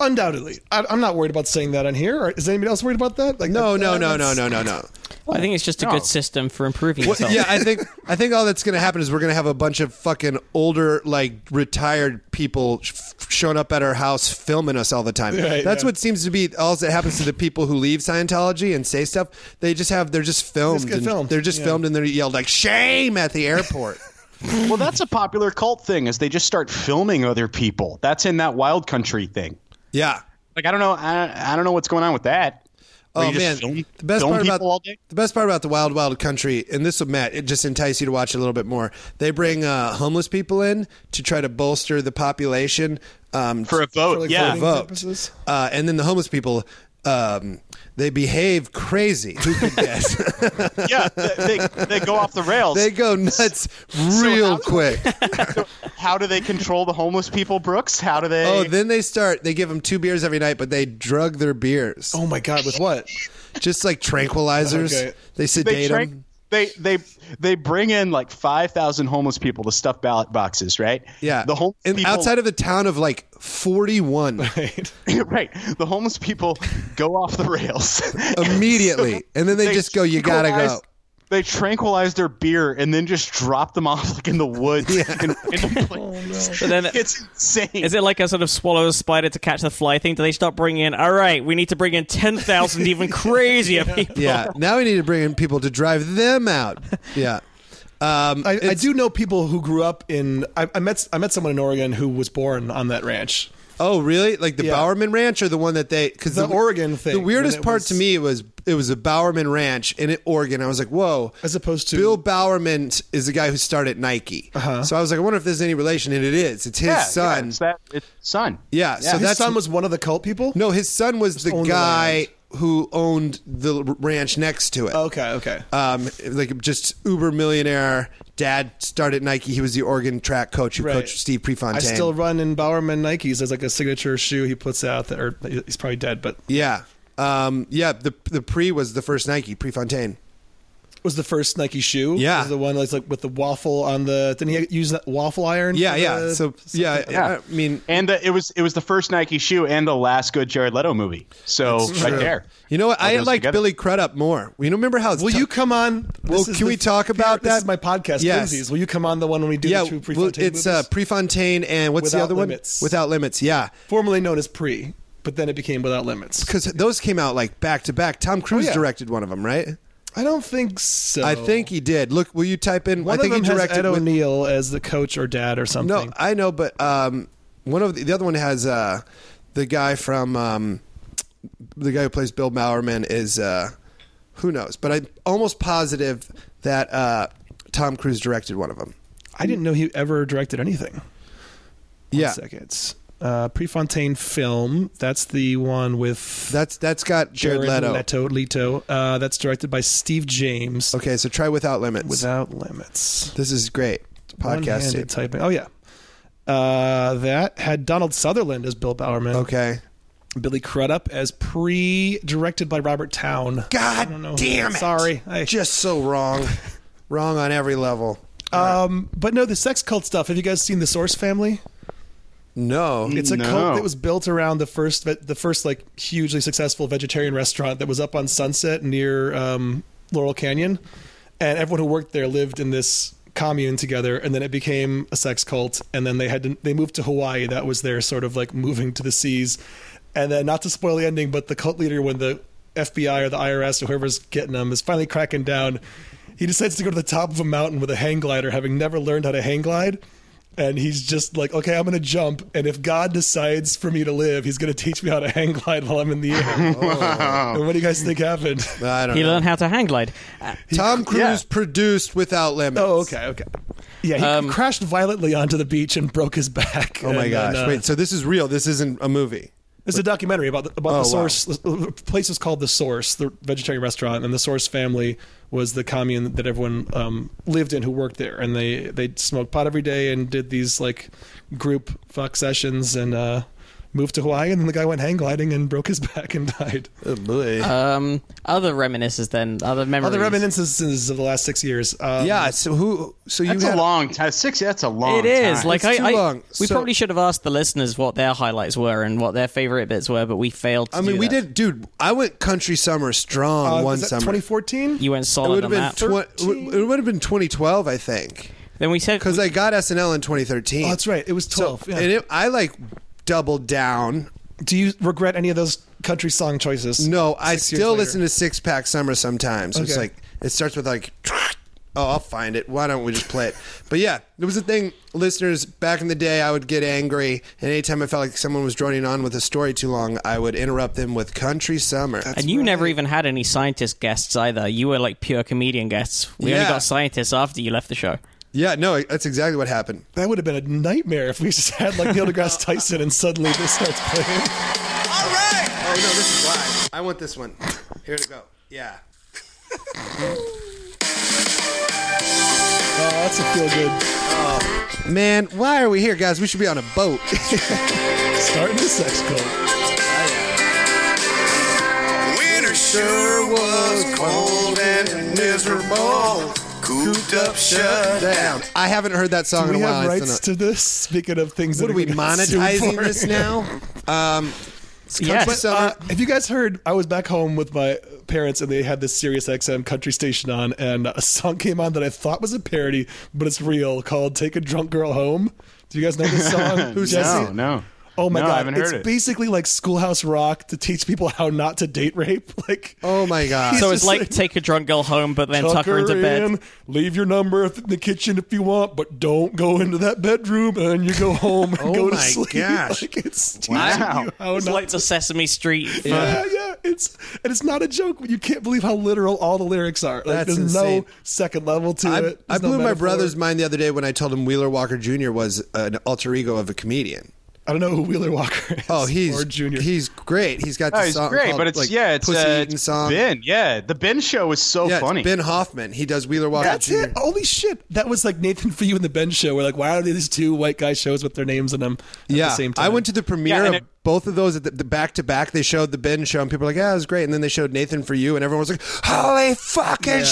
B: Undoubtedly. I, I'm not worried about saying that on here. Or- Is anybody else worried about that? Like,
D: No,
B: that-
D: no, no, no,
B: that's-
D: no, no, no.
C: I think it's just a
A: No.
C: good system for improving
D: Well,
C: yourself.
D: yeah, I think I think all that's going to happen is we're going to have a bunch of fucking older, like retired people sh- showing up at our house filming us all the time.
B: Right,
D: that's
B: yeah.
D: what seems to be all that happens to the people who leave Scientology and say stuff. They just have they're just filmed.
B: Just get
D: and
B: filmed,
D: They're just
B: yeah.
D: filmed and they're yelled like shame at the airport.
A: Well, that's a popular cult thing is they just start filming other people. That's in that wild country thing.
D: yeah.
A: Like I don't know, I, I don't know what's going on with that. Where
D: Oh
A: you just
D: man,
A: film-
D: the best
A: film
D: part
A: people
D: about
A: all day?
D: the best part about the Wild Wild Country, and this will Matt, it just entice you to watch it a little bit more. They bring uh, homeless people in to try to bolster the population um,
A: for a vote.
B: like,
A: yeah,
B: voting.
D: vote.
B: purposes?
D: Uh, and then the homeless people, um, they behave crazy. Who could guess?
A: yeah, they, they they go off the rails.
D: they go nuts real
A: how-
D: quick.
A: How do they control the homeless people, Brooks? How do they?
D: Oh, then they start. They give them two beers every night, but they drug their beers,
B: Oh my God, with what?
D: just like tranquilizers.
B: Okay.
D: They sedate
A: they tra-
D: them.
A: they they they bring in like five thousand homeless people to stuff ballot boxes, right?
D: Yeah,
A: the homeless
D: and
A: people
D: outside of the town of like forty-one.
B: Right.
A: right. The homeless people go off the rails
D: immediately, and then they, just go, "You gotta go."
A: tranquilize- They tranquilize their beer and then just drop them off like in the woods. in random places.
C: But then-
A: it's insane.
C: Is it like a sort of swallow a spider to catch the fly thing? Do they start bringing in, all right, we need to bring in 10,000 even crazier people?
D: Yeah, now we need to bring in people to drive them out. Yeah,
B: I,
D: um,
B: I
D: it's-
B: do know people who grew up in. I, I met I met someone in Oregon who was born on that ranch.
D: Oh, really? Like the
B: Yeah.
D: Bowerman Ranch or the one that they because
B: The Oregon thing,
D: The
B: when
D: weirdest
B: it
D: part
B: was-
D: to me was it was a Bowerman Ranch in Oregon. I was like, whoa.
B: As opposed to- Uh-huh.
D: Bill Bowerman is the guy who started Nike. So I was like, I wonder if there's any relation, and it is. It's his
A: yeah,
D: son.
A: Yeah, it's that, it's son.
D: Yeah, so
B: His
D: that's
B: son was one of the cult people.
D: no, his son was the
B: owned the
D: guy
B: land.
D: who owned the r- ranch next to it.
B: Oh, Okay. Okay.
D: Um, like just uber millionaire. Dad started Nike. He was the Oregon track coach who
B: Right.
D: coached Steve Prefontaine.
B: I still run in Bowerman Nikes as like a signature shoe he puts out. That, or he's probably dead, but
D: yeah, um, yeah. The the pre was the first Nike Prefontaine.
B: was the first Nike shoe.
D: Yeah.
B: was the one that's like with the waffle on the. Didn't he use that waffle iron?
D: Yeah,
B: for
D: yeah.
B: the-
D: So yeah,
A: Yeah.
D: I mean,
A: And the, it was it was the first Nike shoe and the last good Jared Leto movie. So right there.
D: you know what? I
A: goes
D: liked
A: together.
D: Billy Crudup more. You remember how? it's
B: will
D: tou-
B: you come on?
D: Well,
B: this is
D: can we talk about
B: This is
D: that?
B: my podcast.
D: Yes.
B: Yes. Will you come on the one when we do
D: Yeah,
B: the two
D: well,
B: Prefontaine
D: it's
B: movies?
D: uh, Prefontaine and what's the
B: Without
D: other
B: Limits.
D: one? Without Limits. Yeah,
B: formerly known as Pre, but then it became Without Limits.
D: because those came out like back to back. Tom Cruise
B: Oh, yeah.
D: directed one of them, right?
B: I don't think so.
D: I think he did. Look, will you type in?
B: Oh. one
D: I think
B: of them
D: he
B: has
D: directed.
B: Ed
D: with-
B: O'Neill as the coach or dad or something.
D: no, I know, but um, one of the, the other one has uh, the guy from um, the guy who plays Bill Bowerman is uh, who knows, but I'm almost positive that uh, Tom Cruise directed one of them.
B: I didn't know he ever directed anything.
D: Yeah,
B: Seconds. Uh, Prefontaine film. That's the one with
D: That's that's got Jared,
B: Jared
D: Leto.
B: Leto. Leto. Uh, that's directed by Steve James.
D: Okay, so try without limits.
B: Without limits.
D: this is great.
B: One-handed
D: Podcasting.
B: typing. Oh yeah. Uh, that had Donald Sutherland as Bill Bowerman.
D: Okay.
B: Billy Crudup as pre directed by Robert Town. I don't know.
D: God damn it.
B: Sorry. I,
D: Just so wrong. wrong on every level.
B: um, but no, the sex cult stuff. Have you guys seen the Source Family?
D: No.
B: It's a
A: No.
B: cult that was built around the first ve- the first like hugely successful vegetarian restaurant that was up on Sunset near um, Laurel Canyon, and everyone who worked there lived in this commune together. And then it became a sex cult. And then they had to, they moved to Hawaii. That was their sort of like moving to the seas. And then not to spoil the ending, but the cult leader when the FBI or the IRS or whoever's getting them is finally cracking down. He decides to go to the top of a mountain with a hang glider, having never learned how to hang glide and he's just like, okay, I'm gonna jump, and if God decides for me to live, he's gonna teach me how to hang glide while I'm in the air. And what do you guys think happened?
D: I don't
C: He
D: know.
C: learned how to hang glide.
D: Tom Cruise
A: Yeah.
D: produced Without Limits.
B: Oh, okay, okay. Yeah, he crashed violently onto the beach and uh, broke his back.
D: Oh my gosh. Wait, so this is real. This isn't a movie.
B: It's a documentary about the, about
D: Oh, wow.
B: the source. The place is called the Source, the vegetarian restaurant, and the Source family was the commune that everyone um, lived in who worked there, and they they smoked pot every day and did these like group fuck sessions and uh, moved to Hawaii, and then the guy went hang gliding and broke his back and died.
D: Oh, boy.
B: Uh,
C: Um, other reminiscences then, other memories.
B: Other reminiscences of the last six years. Um,
D: yeah. So who? So you
A: That's
D: had
A: a long time. Six. That's a long.
C: It is
A: time.
C: like
D: It's
C: I,
D: too
C: I-
D: long.
C: we
D: So-
C: probably should have asked the listeners what their highlights were and what their favorite bits were, but we failed. To
D: I mean,
C: do
D: we
C: that.
D: did, dude. I went country summer strong
B: uh,
D: one
B: was that
D: summer.
B: 2014.
C: You went
D: it
C: solid
D: would
C: on
D: have been
C: that.
D: tw- it would have been 2012, I think,
C: then we said
D: because I got SNL in 2013.
B: Oh, that's right. It was 12. yeah.
D: And it, I like doubled down.
B: Do you regret any of those country song choices?
D: No, I
B: Six years
D: still
B: later.
D: listen to Six Pack Summer sometimes. It's
B: Okay.
D: like it starts with like, oh, I'll find it. Why don't we just play it? But yeah, it was a thing, listeners. Back in the day, I would get angry, and anytime I felt like someone was droning on with a story too long, I would interrupt them with Country Summer.
C: and you never even had any scientist guests either. You were like pure comedian guests. We
D: Yeah.
C: only got scientists after you left the show.
D: yeah, no, that's exactly what happened.
B: That would have been a nightmare if we just had like Neil deGrasse Tyson and suddenly this starts playing.
D: All right. Oh no, this is live. I want this one. Here to go. Yeah.
B: Oh, that's a feel good.
D: Man, why are we here, guys? We should be on a boat.
B: Starting the sex cult.
E: Winter sure was cold and miserable. Cooped up, shut down.
D: I haven't heard that song
B: We
D: in a while.
B: have
D: It's
B: rights
D: been
B: to this. Speaking of things
D: a-
B: that
D: what are we
B: gonna sue
D: monetizing
B: for?
D: this now? Um, it's country
C: Yes.
D: summer.
B: Uh, have you guys heard? I was back home with my parents, and they had this Sirius XM country station on, and a song came on that I thought was a parody, but it's real, called "Take a Drunk Girl Home." Do you guys know this song? Who's
A: No, no.
B: Oh my
A: No,
B: god,
A: I haven't
B: it's
A: heard it.
B: basically like Schoolhouse Rock to teach people how not to date rape. Like,
D: oh my god!
C: So
B: It's
C: it's
B: just
C: like,
B: like-
C: take a drunk girl home, but then tuck,
B: tuck
C: her
B: her
C: into bed.
B: in, leave your number if- in the kitchen if you want, but don't go into that bedroom and you go home and
D: Oh
B: go to
D: my
B: sleep.
D: gosh.
B: Like it's teaching
A: Wow.
B: you how
C: It's
B: not
C: like the Sesame Street.
D: uh,
B: yeah, yeah. It's and it's not a joke. You can't believe how literal all the lyrics are. Like,
D: That's
B: there's
D: insane.
B: no second level to
D: I,
B: it.
D: I
B: There's no
D: blew my
B: metaphor.
D: brother's mind the other day when I told him Wheeler Walker Jr. was an alter ego of a comedian.
B: I don't know who Wheeler Walker is.
D: Oh, he's
B: or Junior.
D: He's great. He's got
A: Oh,
D: this
A: it's
D: song
A: great,
D: called,
A: but it's
D: like,
A: yeah, it's,
D: Pussy
A: uh,
D: Eating
A: it's
D: Song.
A: Ben. Yeah, the Ben show is so
D: yeah, it's
A: funny.
D: Ben Hoffman. He does Wheeler Walker
B: Oh, That's
D: Jr.
B: it. Oh, Holy shit. That was like Nathan for you and the Ben show. We're like, why are these two white guy shows with their names in them at
D: yeah,
B: the same time?
D: I went to the premiere
A: Yeah, and
D: of
A: it-
D: both of those at the- the back to back. They showed the Ben show, and people were like, "Yeah, it was great." And then they showed Nathan for you, and everyone was like, "Holy fucking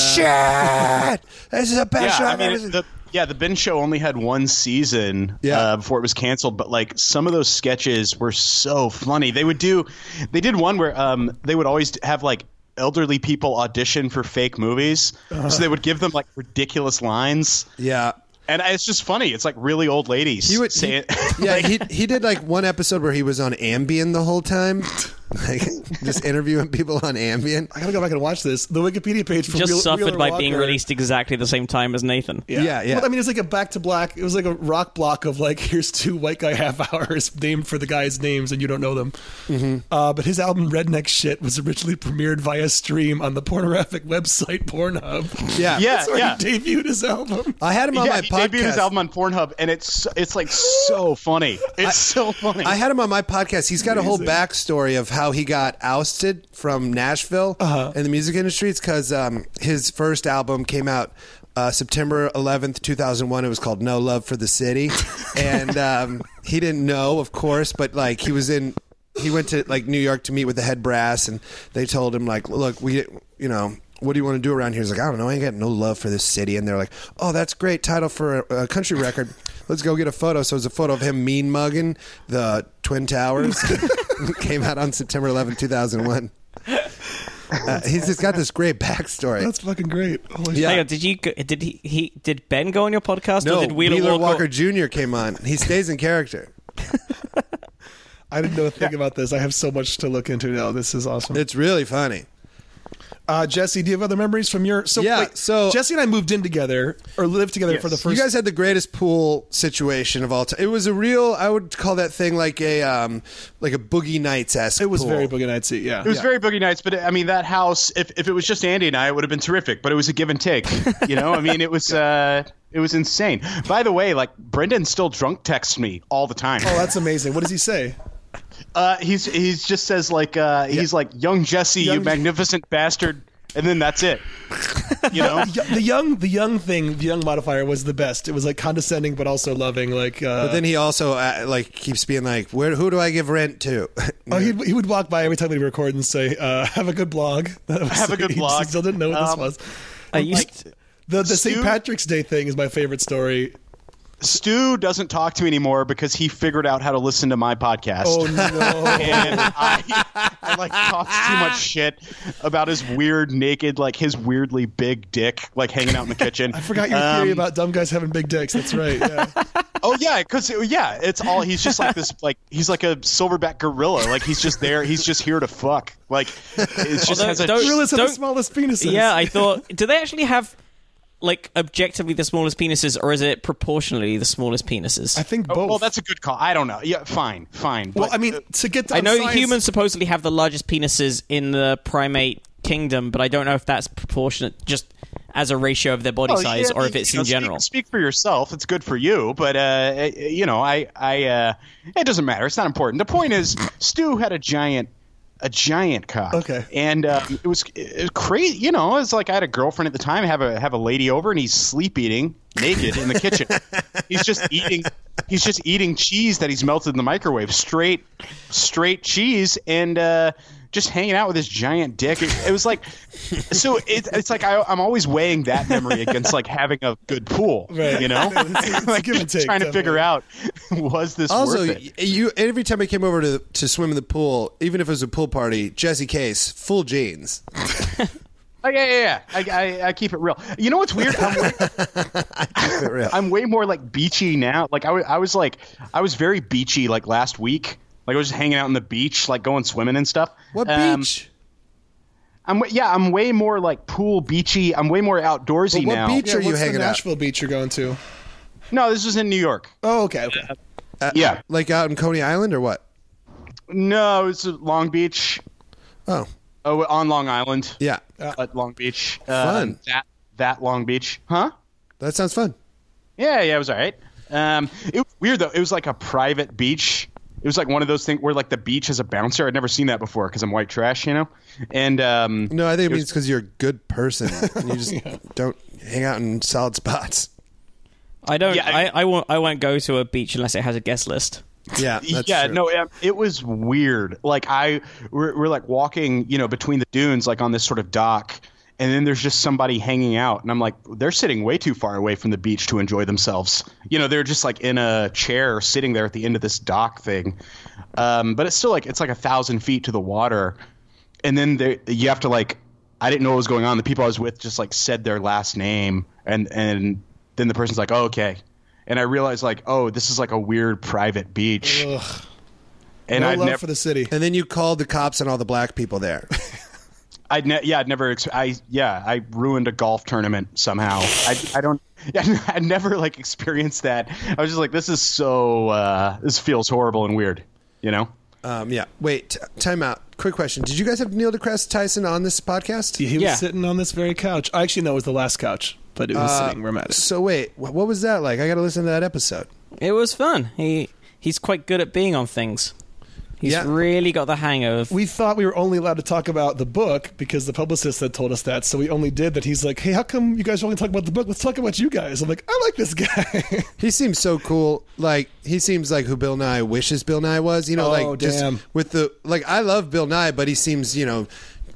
D: shit! This is the best show
A: yeah, I
D: I've ever
A: mean,
D: seen."
A: the, yeah, the Ben show only had one season
D: Yeah.
A: uh, before it was canceled. But like some of those sketches were so funny. They would do, they did one where um they would always have like elderly people audition for fake movies, so they would give them like ridiculous lines.
D: Uh-huh. yeah.
A: And it's just funny. It's like really old ladies.
D: He would-
A: say it.
D: Yeah, he he did like one episode where he was on Ambien the whole time, like just interviewing people on Ambien.
B: I gotta go back and watch this. The Wikipedia page for
C: Just
B: Wheel-
C: suffered
B: Wheeler
C: by
B: Walker-
C: being released exactly the same time as Nathan.
D: Yeah, yeah.
B: Well, I mean, it's like a back to black. It was like a rock block of like, here's two white guy half hours named for the guys' names, and you don't know them.
D: Mm-hmm.
B: Uh, but his album Redneck Shit was originally premiered via stream on the pornographic website Pornhub.
D: Yeah,
A: Yeah.
B: That's where he debuted his album.
D: I had him on
A: yeah,
D: my
A: he
D: podcast.
A: debuted his album on Pornhub, and it's it's like so funny. It's so funny.
D: I had him on my podcast. He's got a whole backstory of how he got ousted from Nashville in the music industry. It's because um, his first album came out uh, September 11th, 2001. It was called No Love for the City. and um, he didn't know, of course, but like he was in. He went to like New York to meet with the head brass, and they told him like, "Look, we, you know, what do you want to do around here?" He's like, "I don't know. I ain't got no love for this city." And they're like, "Oh, that's great title for a, a country record. Let's go get a photo." So it's a photo of him mean mugging the Twin Towers. Came out on September 11, 2001. Uh, he's just got this great backstory.
B: That's fucking great. Holy
D: Yeah.
C: Hang on, did you? go- Did he? he did Ben go on your podcast,
D: no,
C: or did Wheeler,
D: Walker Jr. came on. He stays in character.
B: I didn't know a thing about this. I have so much to look into now. This is awesome.
D: It's really funny.
B: Uh, Jesse, do you have other memories from your? So
D: Yeah,
B: wait,
D: so-
B: Jesse and I moved in together or lived together for the first.
D: You guys had the greatest pool situation of all time. It was a real. I would call that thing like a um, like a boogie nights esque.
B: it was very boogie night seat. Yeah,
A: It was very Boogie Nights, but I mean that house. If, if it was just Andy and I, it would have been terrific. But it was a give and take. You know, I mean, it was uh, it was insane. By the way, like Brendan still drunk texts me all the time.
D: Oh,
B: Oh, that's amazing. What does he say?
A: Uh, he's he's just says like uh, he's like young Jesse, you
B: Young-
A: magnificent bastard, and then that's it. You know,
B: Y- the young the young thing the young modifier was the best it was like condescending but also loving like uh
D: Then he also uh, like keeps being like, "Where? Who do I give rent to?"
B: oh, he'd, he would walk by every time we record and say uh have a good blog That was-
A: Have a good
B: he
A: blog.
B: still didn't know what
A: Um,
B: this was
C: I used
B: the the st
A: Stu-
B: patrick's day thing is my favorite story
A: Stu doesn't talk to me anymore because he figured out how to listen to my podcast.
B: oh no
A: and I, I like talks too much shit about his weird naked, like his weirdly big dick, like hanging out in the kitchen.
B: i forgot your
A: Um,
B: theory about dumb guys having big dicks that's right yeah.
A: Oh yeah, because yeah, it's all he's just like this, like he's like a silverback gorilla, like he's just there, he's just here to fuck, like it's just
C: Although,
A: has a
C: don't-
B: gorillas have the
C: Don't-
B: smallest penises
C: Yeah, I thought. Do they actually have like objectively the smallest penises, or is it proportionally the smallest penises?
B: I think both
A: Oh, Well, that's a good call. I don't know. Yeah, fine, fine.
B: well
A: but-
B: i mean to get to
C: I know
B: science-
C: humans supposedly have the largest penises in the primate kingdom, but I don't know if that's proportionate just as a ratio of their body
A: Oh, yeah,
C: size
A: I
C: or
A: mean,
C: if it's
A: you know,
C: in general.
A: Speak, speak for yourself. It's good for you, but uh, eh, you know, I, I, uh, it doesn't matter. It's not important. The point is, Stu had a giant, a giant cock.
B: Okay.
A: and uh, it was, it was crazy. You know, it's like I had a girlfriend at the time. Have a have a lady over, and he's sleep eating naked in the kitchen. He's just eating. He's just eating cheese that he's melted in the microwave. Straight, straight cheese, and. Uh, just hanging out with his giant dick. It, it was like, so it, it's like I, I'm always weighing that memory against like having a good pool.
B: Right.
A: You know,
B: It's- it's a
A: like
B: give and take,
A: trying to figure out was this
D: Also,
A: worth it?
D: y- you every time I came over to to swim in the pool, even if it was a pool party, Jesse Case full jeans.
A: Oh, yeah, yeah, yeah. I, I, I keep it real. You know what's weird? I'm way,
D: For real.
A: I'm way more like beachy now. Like I, wa- I was like I was very beachy like last week. Like I was just hanging out on the beach, like going swimming and stuff.
D: what
A: Um,
D: beach?
A: I'm wa- yeah, I'm way more like pool beachy. I'm way more outdoorsy
D: But what
A: now.
D: beach
B: yeah,
D: are you
B: what's the
D: hanging out?
B: nashville beach you're going to
A: No, this was in New York.
B: oh okay okay
D: Uh,
A: yeah,
D: Like out in Coney Island or what?
A: no, it's Long Beach.
D: Oh,
A: Oh, on Long Island.
D: yeah,
A: at Long Beach.
D: Fun.
A: Um, that that Long Beach, huh?
D: that sounds fun.
A: Yeah, yeah, it was all right. Um, it was weird though. It was like a private beach. It was like one of those things where like the beach has a bouncer. I'd never seen that before because I'm white trash, you know. And um,
D: No, I think it means because you're a good person and you just don't hang out in solid spots.
C: I don't.
A: Yeah,
C: I,
A: I-
C: I, won't. I won't go to a beach unless it has a guest list.
D: Yeah, that's
A: yeah,
D: true.
A: no, um, it was weird. Like I, we're, we're like walking, you know, between the dunes, like on this sort of dock, and then there's just somebody hanging out, and I'm like, they're sitting way too far away from the beach to enjoy themselves. You know, they're just like in a chair sitting there at the end of this dock thing, um, but it's still like it's like a thousand feet to the water, and then there, you have to like, I didn't know what was going on. The people I was with just like said their last name, and and then the person's like, oh, okay. And I realized, like, oh, this is like a weird private beach
B: Ugh,
A: and
B: no
A: I'd
B: love
A: never,
B: for the city
D: And then you called the cops on all the black people there.
A: I'd ne- yeah, I'd never, ex- I yeah, I ruined a golf tournament somehow. I, I don't, yeah, I never like experienced that. I was just like, this is so, uh, this feels horrible and weird, you know.
D: Um, yeah. Wait, t- time out. Quick question. Did you guys have Neil deGrasse Tyson on this podcast?
B: he was
C: Yeah.
B: sitting on this very couch actually no it was the last couch but it was
D: Uh,
B: sitting where Matt is.
D: So wait, wh- what was that like? I got to listen to that episode.
C: It was fun. He he's quite good at being on things. He's
D: Yeah.
C: really got the hang of.
B: we thought we were only allowed to talk about the book because the publicist had told us that. So we only did that. He's like, hey, how come you guys only talk about the book? Let's talk about you guys. I'm like, I like this guy.
D: He seems so cool. Like he seems like who Bill Nye wishes Bill Nye was. You know,
B: Oh, damn.
D: like just with the like. I love Bill Nye, but he seems you know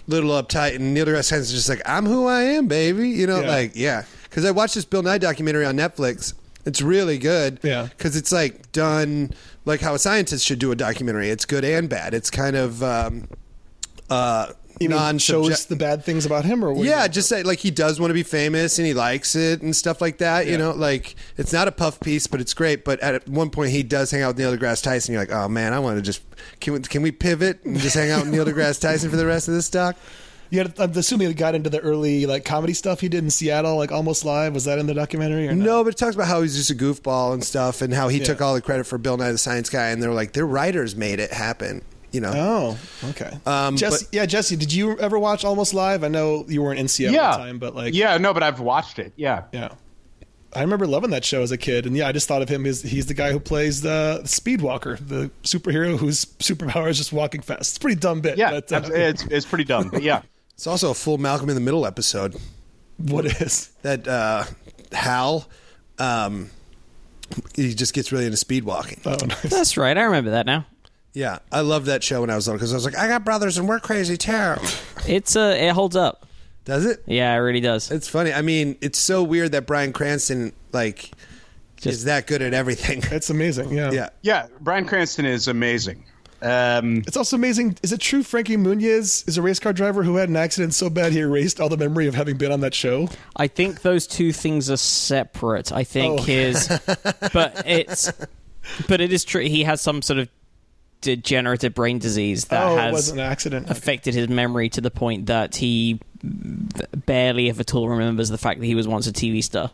D: little uptight. And Neil deGrasse Tyson's just like I'm who I am, baby. You know,
B: Yeah.
D: like yeah. Because I watched this Bill Nye documentary on Netflix. It's really good.
B: Yeah.
D: Because it's like done like how a scientist should do a documentary. It's good and bad. It's kind of um, uh,
B: you mean,
D: non
B: shows the bad things about him or what?
D: yeah, just say, like he does want to be famous and he likes it and stuff like that. You
B: Yeah.
D: know, like it's not a puff piece, but it's great. But at one point, he does hang out with Neil deGrasse Tyson. You're like, oh man, I want to just can we, can we pivot and just hang out with Neil deGrasse Tyson for the rest of this doc?
B: yeah. I'm assuming he got into the early like comedy stuff he did in Seattle, like Almost Live. Was that in the documentary or no?
D: No, but it talks about how he's just a goofball and stuff, and how he took
B: Yeah.
D: all the credit for Bill Nye the Science Guy, and they're like, their writers made it happen. You know,
B: Oh, okay.
D: Um,
B: Jesse,
D: but-
B: yeah, Jesse, did you ever watch Almost Live? I know you weren't in Seattle at the time, but like,
A: yeah, no, but I've watched it. Yeah,
B: yeah. I remember loving that show as a kid, and yeah, I just thought of him as he's the guy who plays the Speedwalker, the superhero whose superpower is just walking fast. It's a pretty dumb bit.
A: Yeah,
B: but, uh,
A: abs- it's it's pretty dumb, but yeah.
D: It's also a full Malcolm in the Middle episode.
B: what is?
D: That uh, Hal, um, he just gets really into speed walking.
B: Oh, nice.
C: That's right. I remember that now.
D: Yeah, I loved that show when I was little because I was like, I got brothers and we're crazy too.
C: It's uh, it holds up.
D: Does it?
C: Yeah, it really does.
D: It's funny. I mean, it's so weird that Brian Cranston like
C: Just-
D: is that good at everything.
B: It's amazing. Yeah.
D: yeah.
A: Yeah, Brian Cranston is amazing. Um,
B: It's also amazing. Is it true Frankie Muniz is a race car driver who had an accident so bad he erased all the memory of having been on that show?
C: I think those two things are separate. I think
B: Oh.
C: his, but it's, but it is true. He has some sort of degenerative brain disease that
B: oh, it
C: has
B: wasn't an accident.
C: affected his memory to the point that he barely, if at all, remembers the fact that he was once a TV star.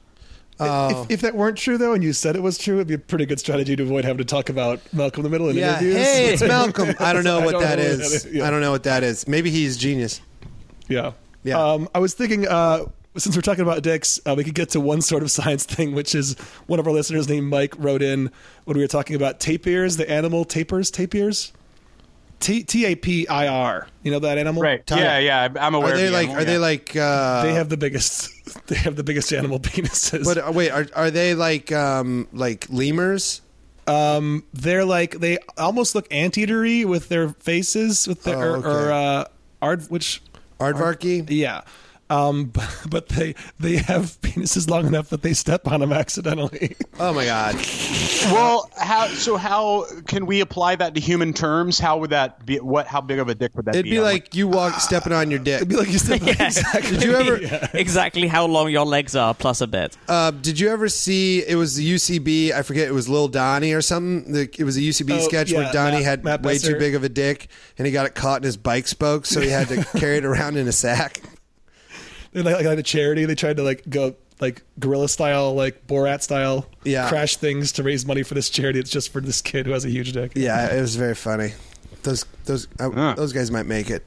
D: Oh,
B: If, if that weren't true, though, and you said it was true, it'd be a pretty good strategy to avoid having to talk about Malcolm in the Middle in
D: Yeah.
B: interviews.
D: Hey, it's Malcolm. I don't know
B: I
D: what
B: don't
D: that
B: know what
D: is.
B: that is. Yeah.
D: I don't know what that is. Maybe he's genius.
B: Yeah.
D: Yeah.
B: Um, I was thinking, uh, since we're talking about dicks, uh, we could get to one sort of science thing, which is one of our listeners named Mike wrote in when we were talking about tapirs, the animal tapirs, tapirs? T T A P I R. You know that animal?
A: right.
D: Tyler,
A: yeah, yeah. I'm- I'm aware.
D: Are they
A: of the
D: like?
A: animal,
D: Are they
A: yeah.
D: like? Uh,
B: They have the biggest. They have the biggest animal penises.
D: but uh, wait, are are they like um like lemurs?
B: they're like they almost look anteatery with their faces with their
D: Oh,
B: or, or
D: okay.
B: uh, ard which
D: Aardvarky?
B: yeah. Um, but, but they they have penises long enough that they step on them accidentally.
D: Oh my god!
A: Well, how? So how can we apply that to human terms? How would that be? What? How big of a dick would that
D: It'd
A: be?
D: be
A: I'm
D: like you walk stepping on your dick.
B: It'd be like you step on exactly.
D: Did you ever?
C: exactly how long your legs are plus a bit.
D: Uh, did you ever see? It was the UCB. I forget. It was Lil Donnie or something. The, it was a UCB
B: Oh,
D: sketch
B: yeah,
D: where Donnie
B: Matt-
D: had
B: Matt
D: way
B: Besser.
D: too big of a dick, and he got it caught in his bike spokes, so he had to carry it around in a sack.
B: They like, like a charity. They tried to like go like guerrilla style, like Borat style,
D: Yeah.
B: crash things to raise money for this charity. It's just for this kid who has a huge dick.
D: Yeah, it was very funny. Those those I,
A: Huh.
D: those guys might make it.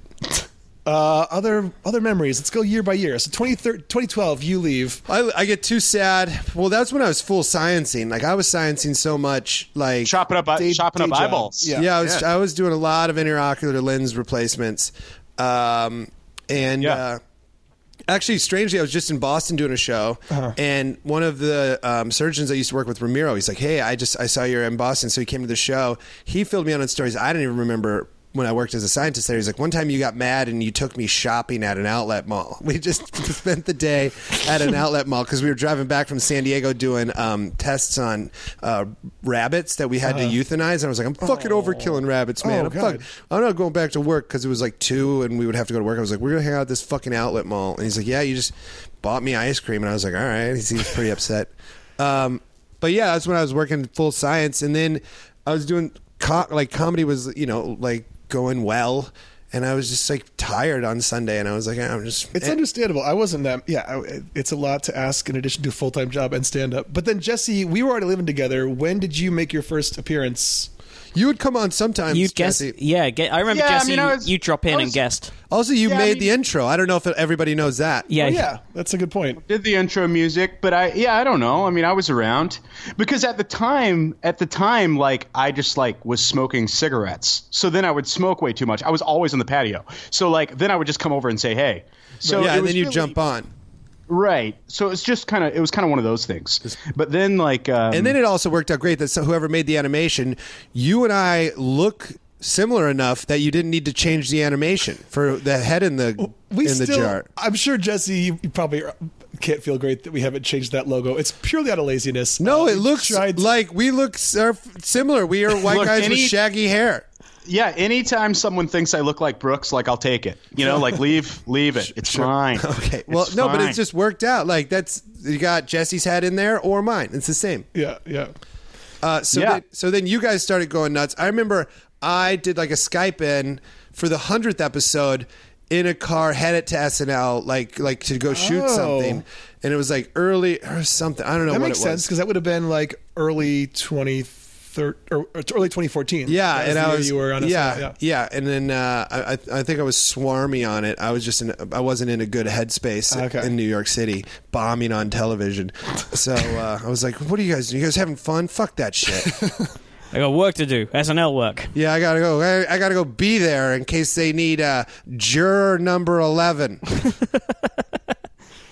B: Uh, other other memories. Let's go year by year. So 23- 2012, you leave.
D: I, I get too sad. Well, that's when I was full sciencing. Like I was sciencing so much. Like
A: chopping up, uh,
B: Day-
A: chopping
B: day
A: up
B: job.
A: eyeballs.
B: Yeah.
D: yeah, I was I was doing a lot of interocular lens replacements, um, and
A: Yeah.
D: uh, actually, strangely, I was just in Boston doing a show,
B: Uh-huh.
D: and one of the um, surgeons I used to work with, Ramiro, he's like, "Hey, I just I saw you're in Boston," so he came to the show. He filled me in on stories I didn't even remember. When I worked as a scientist there, he's like, one time you got mad and you took me shopping at an outlet mall. We just spent the day at an outlet mall because we were driving back from San Diego doing um, tests on uh, rabbits that we had to euthanize. And I was like, I'm fucking over killing rabbits, man.
B: Uh-huh. Oh,
D: I'm,
B: God.
D: fuck, I'm not going back to work because it was like two and we would have to go to work. I was like, we're going to hang out at this fucking outlet mall. And he's like, yeah, you just bought me ice cream. And I was like, all right. He seems pretty upset. Um, but yeah, that's when I was working full science. And then I was doing co- like comedy was, you know, like going well. And I was just like tired on Sunday. And I was like, I'm just. eh."
B: It's understandable. I wasn't that. Yeah, I, it's a lot to ask in addition to a full time job and stand up. But then Jesse, we were already living together. When did you make your first appearance?
D: you would come on sometimes.
C: You guess,
D: Jesse.
C: yeah. Get, I remember
A: Yeah, I
C: Jesse.
A: mean, I
C: you-
A: was-
C: you drop in
A: I
C: and
A: was-
C: guessed.
D: Also, you
A: Yeah, I
D: made
A: mean-
D: the intro. I don't know if everybody knows that.
C: Yeah,
B: Oh, yeah, that's a good point.
A: did the intro music, but I yeah, I don't know. I mean, I was around because at the time, at the time, like I just like was smoking cigarettes. So then I would smoke way too much. I was always on the patio. So like then I would just come over and say hey. So
D: yeah,
A: it
D: and
A: was
D: then you
A: really-
D: jump on.
A: right. So it's just kind of it was kind of one of those things. But then like um,
D: And then it also worked out great that so whoever made the animation, you and I look similar enough that you didn't need to change the animation for the head in the
B: We
D: in
B: still,
D: the jar.
B: I'm sure Jesse, you, you probably can't feel great that we haven't changed that logo. It's purely out of laziness.
D: No,
B: Uh,
D: it
B: we
D: looks
B: tried to-
D: like we look s- are f- similar. We are white
A: Look,
D: guys with
A: any-
D: shaggy hair.
A: yeah, anytime someone thinks I look like Brooks, like I'll take it. You know, like leave leave it. It's fine.
D: Okay. Well,
A: It's
D: no, but
A: fine.
D: it's just worked out. Like that's you got Jesse's head in there or mine. It's the same.
B: yeah, yeah.
D: Uh, so
A: Yeah.
D: then, so then you guys started going nuts. I remember I did like a Skype in for the hundredth episode in a car headed to SNL like like to go shoot
B: Oh.
D: something, and it was like early or something. I don't know
B: That
D: what
B: makes
D: it
B: sense
D: was.
B: because that would have been like early 2013 or, or early 2014.
D: Yeah,
B: That was
D: and
B: the
D: I
B: year
D: was
B: you were on a
D: yeah,
B: set,
D: yeah and then uh, I I- I think I was swarmy on it. I was just in I wasn't in a good headspace
B: Ah, Okay.
D: in New York City bombing on television. So uh, I was like, "What are you guys? doing? You guys having fun? Fuck that shit."
C: I got work to do. SNL work.
D: Yeah, I gotta go. I, I gotta go be there in case they need uh, juror number eleven.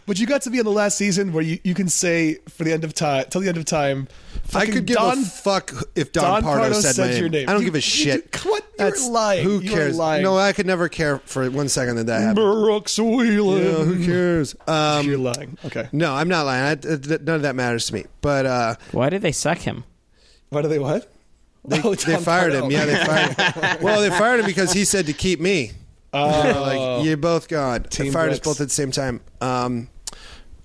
B: But you got to be on the last season where you, you can say for the end of time till the end of time.
D: I
B: fucking
D: could give
B: Don,
D: a fuck if Don,
B: Don
D: Pardo,
B: Pardo
D: said,
B: said
D: my name.
B: your name.
D: I don't
B: You-
D: give a
B: you
D: shit.
B: did- what? You're lying.
D: Who
B: You are
D: cares?
B: lying.
D: No, I could never care for one second that that happened.
B: Brooks Wheelan.
D: Yeah, who cares? Um,
B: You're lying. Okay.
D: no, I'm not lying. I, th- th- none of that matters to me. But uh,
C: Why did they sack him?
B: Why do they what? Oh, They,
D: they fired him. Yeah, they fired. well, they fired him because he said to keep me. They're like you're both gone.
B: Oh.
D: They
B: Team
D: fired us
B: Brooks.
D: both at the same time. Um,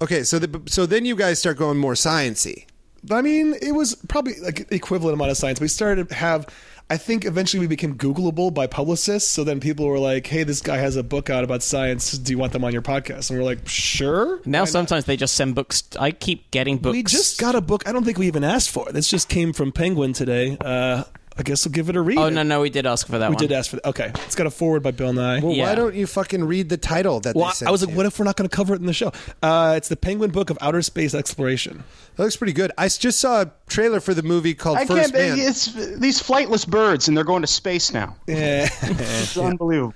D: okay, so the, so then you guys start going more sciency.
B: I mean, it was probably like equivalent amount of science. We started to have, I think, eventually we became Googleable by publicists. So then people were like, "Hey, this guy has a book out about science. Do you want them on your podcast?" And we are like, "Sure."
C: Now sometimes they just send books. I keep getting books.
B: We just got a book. I don't think we even asked for. it. This just came from Penguin today. Uh, I guess we'll give it a read.
C: Oh no, no, we did ask for that
B: we
C: one.
B: did ask for. that. Okay, it's got a forward by Bill Nye.
D: Well, why
C: Yeah.
D: don't you fucking read the title that
B: Well,
D: they
B: I-
D: sent
B: I was like,
D: you?
B: what if we're not going to cover it in the show? Uh, it's the Penguin Book of Outer Space Exploration.
D: That looks pretty good. I s- just saw a trailer for the movie called
A: I
D: First
A: can't.
D: Man.
A: It's these flightless birds, and they're going to space now.
B: Yeah.
A: It's unbelievable.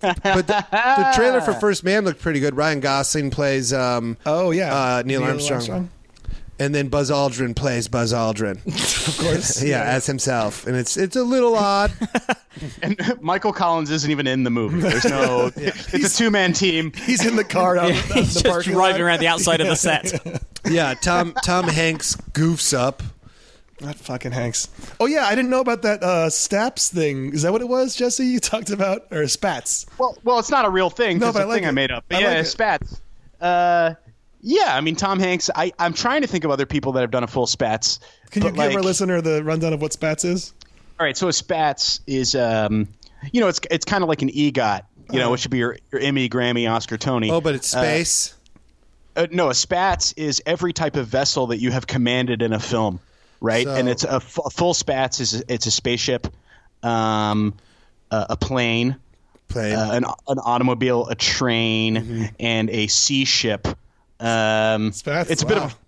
D: but the, the trailer for First Man looked pretty good. Ryan Gosling plays um,
B: oh yeah.
D: uh, Neil, Armstrong. and then Buzz Aldrin plays Buzz Aldrin.
B: of course.
D: yeah, as himself, and it's it's a little odd.
A: And Michael Collins isn't even in the movie. There's no. It's a two man team.
B: He's in the car out in the
C: He's just
B: parking
C: driving
B: lot.
C: around the outside of the set.
D: yeah, Tom Tom Hanks goofs up.
B: Not fucking Hanks. Oh yeah, I didn't know about that uh, Staps thing. Is that what it was, Jesse? You talked about or Spats?
A: Well, well, it's not a real thing.
B: No,
A: No,
B: but I
A: a
B: like
A: thing
B: it.
A: I made up. But
B: I
A: yeah,
B: like it.
A: spats. Uh, yeah, I mean Tom Hanks. I I'm trying to think of other people that have done a full spats.
B: Can you
A: but,
B: give
A: like-
B: our listener the rundown of what Spats is?
A: All right, so a spats is um, you know, it's it's kind of like an EGOT. You know, it should be your, your Emmy, Grammy, Oscar, Tony.
D: Uh-huh. Oh, but it's
A: Uh,
D: space.
A: uh, no, a spats is every type of vessel that you have commanded in a film, right?
D: So-
A: and it's a, f- a full spats is it's a spaceship, um, a, a plane,
D: Plane.
A: uh, an an automobile, a train,
D: Mm-hmm.
A: and a sea ship. Um,
B: Spats,
A: It's a bit
B: wow.
A: of,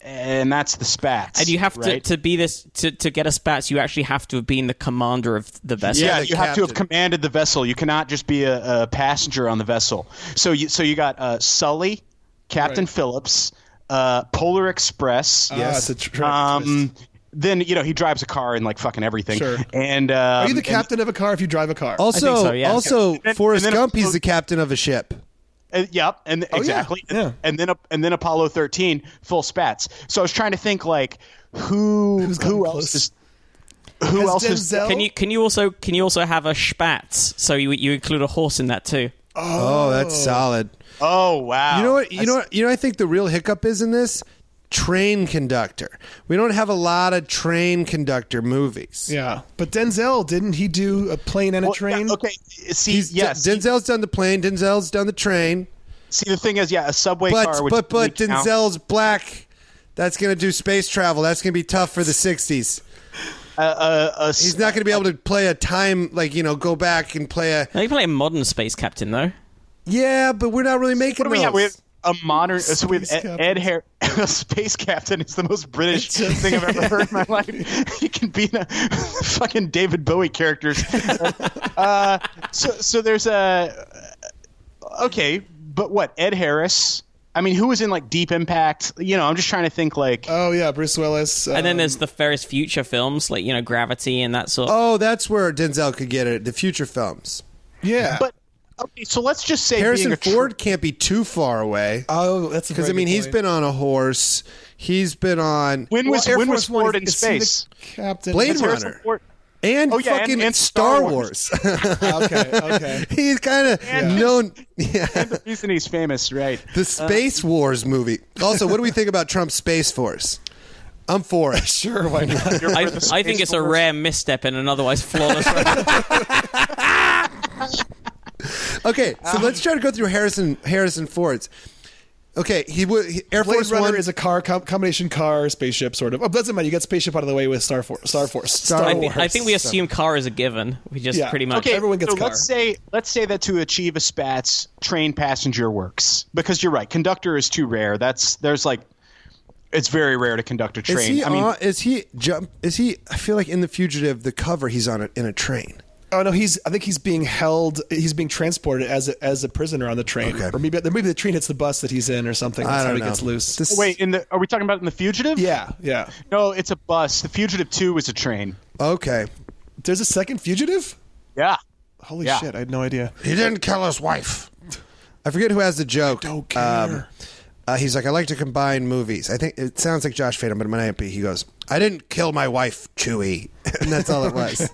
A: and that's the spats.
C: And you have
A: right?
C: to, to be this to, to get a spats. You actually have to have been the commander of the vessel.
A: Yeah,
D: the
A: you have to have
D: captain.
A: commanded the vessel. You cannot just be a, a passenger on the vessel. So you so you got uh, Sully, Captain
B: Right.
A: Phillips, uh, Polar Express.
B: Ah, it's a tr- tr-
A: um,
B: twist.
A: then you know he drives a car and like fucking everything.
B: Sure.
A: And um,
B: Are you the
A: and-
B: captain of a car if you drive a car?
D: also,
C: so, yeah.
D: also
A: then-
D: Forrest
A: and then-
D: Gump. He's the captain of a ship.
A: Uh, yep, and exactly,
B: Oh, yeah.
A: And, and then uh, and then Apollo thirteen full spats. So I was trying to think like who
B: gotten
A: who else
B: close?
A: is who
B: Has
A: else is
B: Denzel?
C: Can you can you also can you also have a spats? So you you include a horse in that too.
D: Oh, that's solid.
A: oh wow
D: You know what? You
A: I
D: know what? You know. I think the real hiccup is in this train conductor. We don't have a lot of train conductor movies.
B: Yeah, but Denzel didn't he do a plane and a
A: Well, yeah,
B: train?
A: okay see
D: He's,
A: yes see-
D: Denzel's done the plane. Denzel's done the train.
A: See, the thing is, yeah, a subway
D: But
A: car. Which
D: but but
A: which now-
D: Denzel's black. That's gonna do space travel. That's gonna be tough for the '60s.
A: uh, uh, s-
D: He's not gonna be able to play a time like you know go back and play a.
C: Now you play a modern space captain though.
D: Yeah, but we're not really making.
A: what do we have?
D: those.
A: We have a modern. So we have
B: Space
A: Ed,
B: captain.
A: Ed Harris. space captain is the most British thing I've ever heard in my life. He can be in a fucking David Bowie characters. uh, so so there's a uh, okay, but what Ed Harris? I mean, who was in like Deep Impact? You know, I'm just trying to think like.
B: Oh yeah, Bruce Willis.
C: And then
B: um,
C: there's the Ferris Future films like you know Gravity and that sort.
D: Oh, that's where Denzel could get it. The future films.
B: yeah,
A: but okay, so let's just say being
D: Harrison
A: a tr-
D: Ford can't be too far away.
B: oh, that's
D: Because I mean,
B: he's
D: he's been on a horse. He's been on
A: when was
B: Well, Air
A: when was
B: Force One
A: Ford
B: is-
A: in
B: is he the
A: space?
B: Captain
D: Blade
B: That's
D: Runner.
A: Harrison Ford-
D: and
A: Oh, yeah, and-
D: fucking
A: and
D: Star
A: Star
D: Wars.
B: okay, okay.
D: he's kind of known. Yeah,
A: the reason he's famous, right?
D: the Space Wars movie. Also, what do we think about Trump's Space Force? I'm for it.
B: Sure, why not?
A: You're
C: I,
A: for the
C: I think
A: Space
C: it's a
A: Force.
C: rare misstep in an otherwise flawless.
D: Okay, so
A: Ah.
D: let's try to go through Harrison Harrison Ford's. Okay, he would he- Air
B: Blade
D: Force
B: Runner
D: One
B: is a car com- combination car spaceship sort of. Oh, doesn't matter. You got spaceship out of the way with Star Force. Star Force. Star,
C: I,
B: Wars.
C: thi- I think we assume car is a given. We just
B: Yeah.
C: pretty much.
A: Okay,
B: Everyone gets
A: so
B: car.
A: let's say let's say that to achieve a spats, train passenger works because you're right. Conductor is too rare. That's there's like it's very rare to conduct a train.
D: Is he?
A: I mean,
D: on, is he jump? Is he? I feel like in the fugitive, the cover he's on a, in a train.
B: Oh no, he's. I think he's being held. He's being transported as a, as a prisoner on the train,
D: Okay.
B: or maybe maybe the train hits the bus that he's in, or something. That's
D: I
B: how
D: don't
B: he
D: know.
B: gets loose.
D: This-
A: wait, in the are we talking about in the fugitive?
B: yeah, yeah.
A: No, it's a bus. The fugitive two was a train.
D: Okay.
B: There's a second fugitive.
A: Yeah.
B: Holy
A: Yeah.
B: shit! I had no idea.
F: He didn't kill his wife.
D: I forget who has the joke.
B: don't care.
D: uh, he's like, I like to combine movies. I think it sounds like Josh Fadem, but it might not be. He goes, I didn't kill my wife, Chewy. and that's all it was.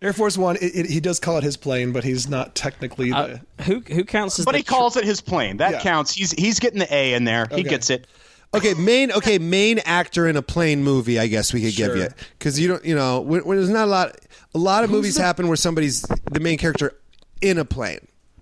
B: Air Force One. It, it, he does call it his plane, but he's not technically.
C: Uh,
B: The,
C: Who who counts as
A: But
C: the
A: he calls it his plane. That
B: Yeah.
A: counts. He's he's getting the A in there. He
B: Okay.
A: gets it.
D: okay, main okay main actor in a plane movie. I guess we could
B: Sure.
D: give you because you don't you know when, when there's not a lot a lot of movies happen where somebody's the main character in a plane.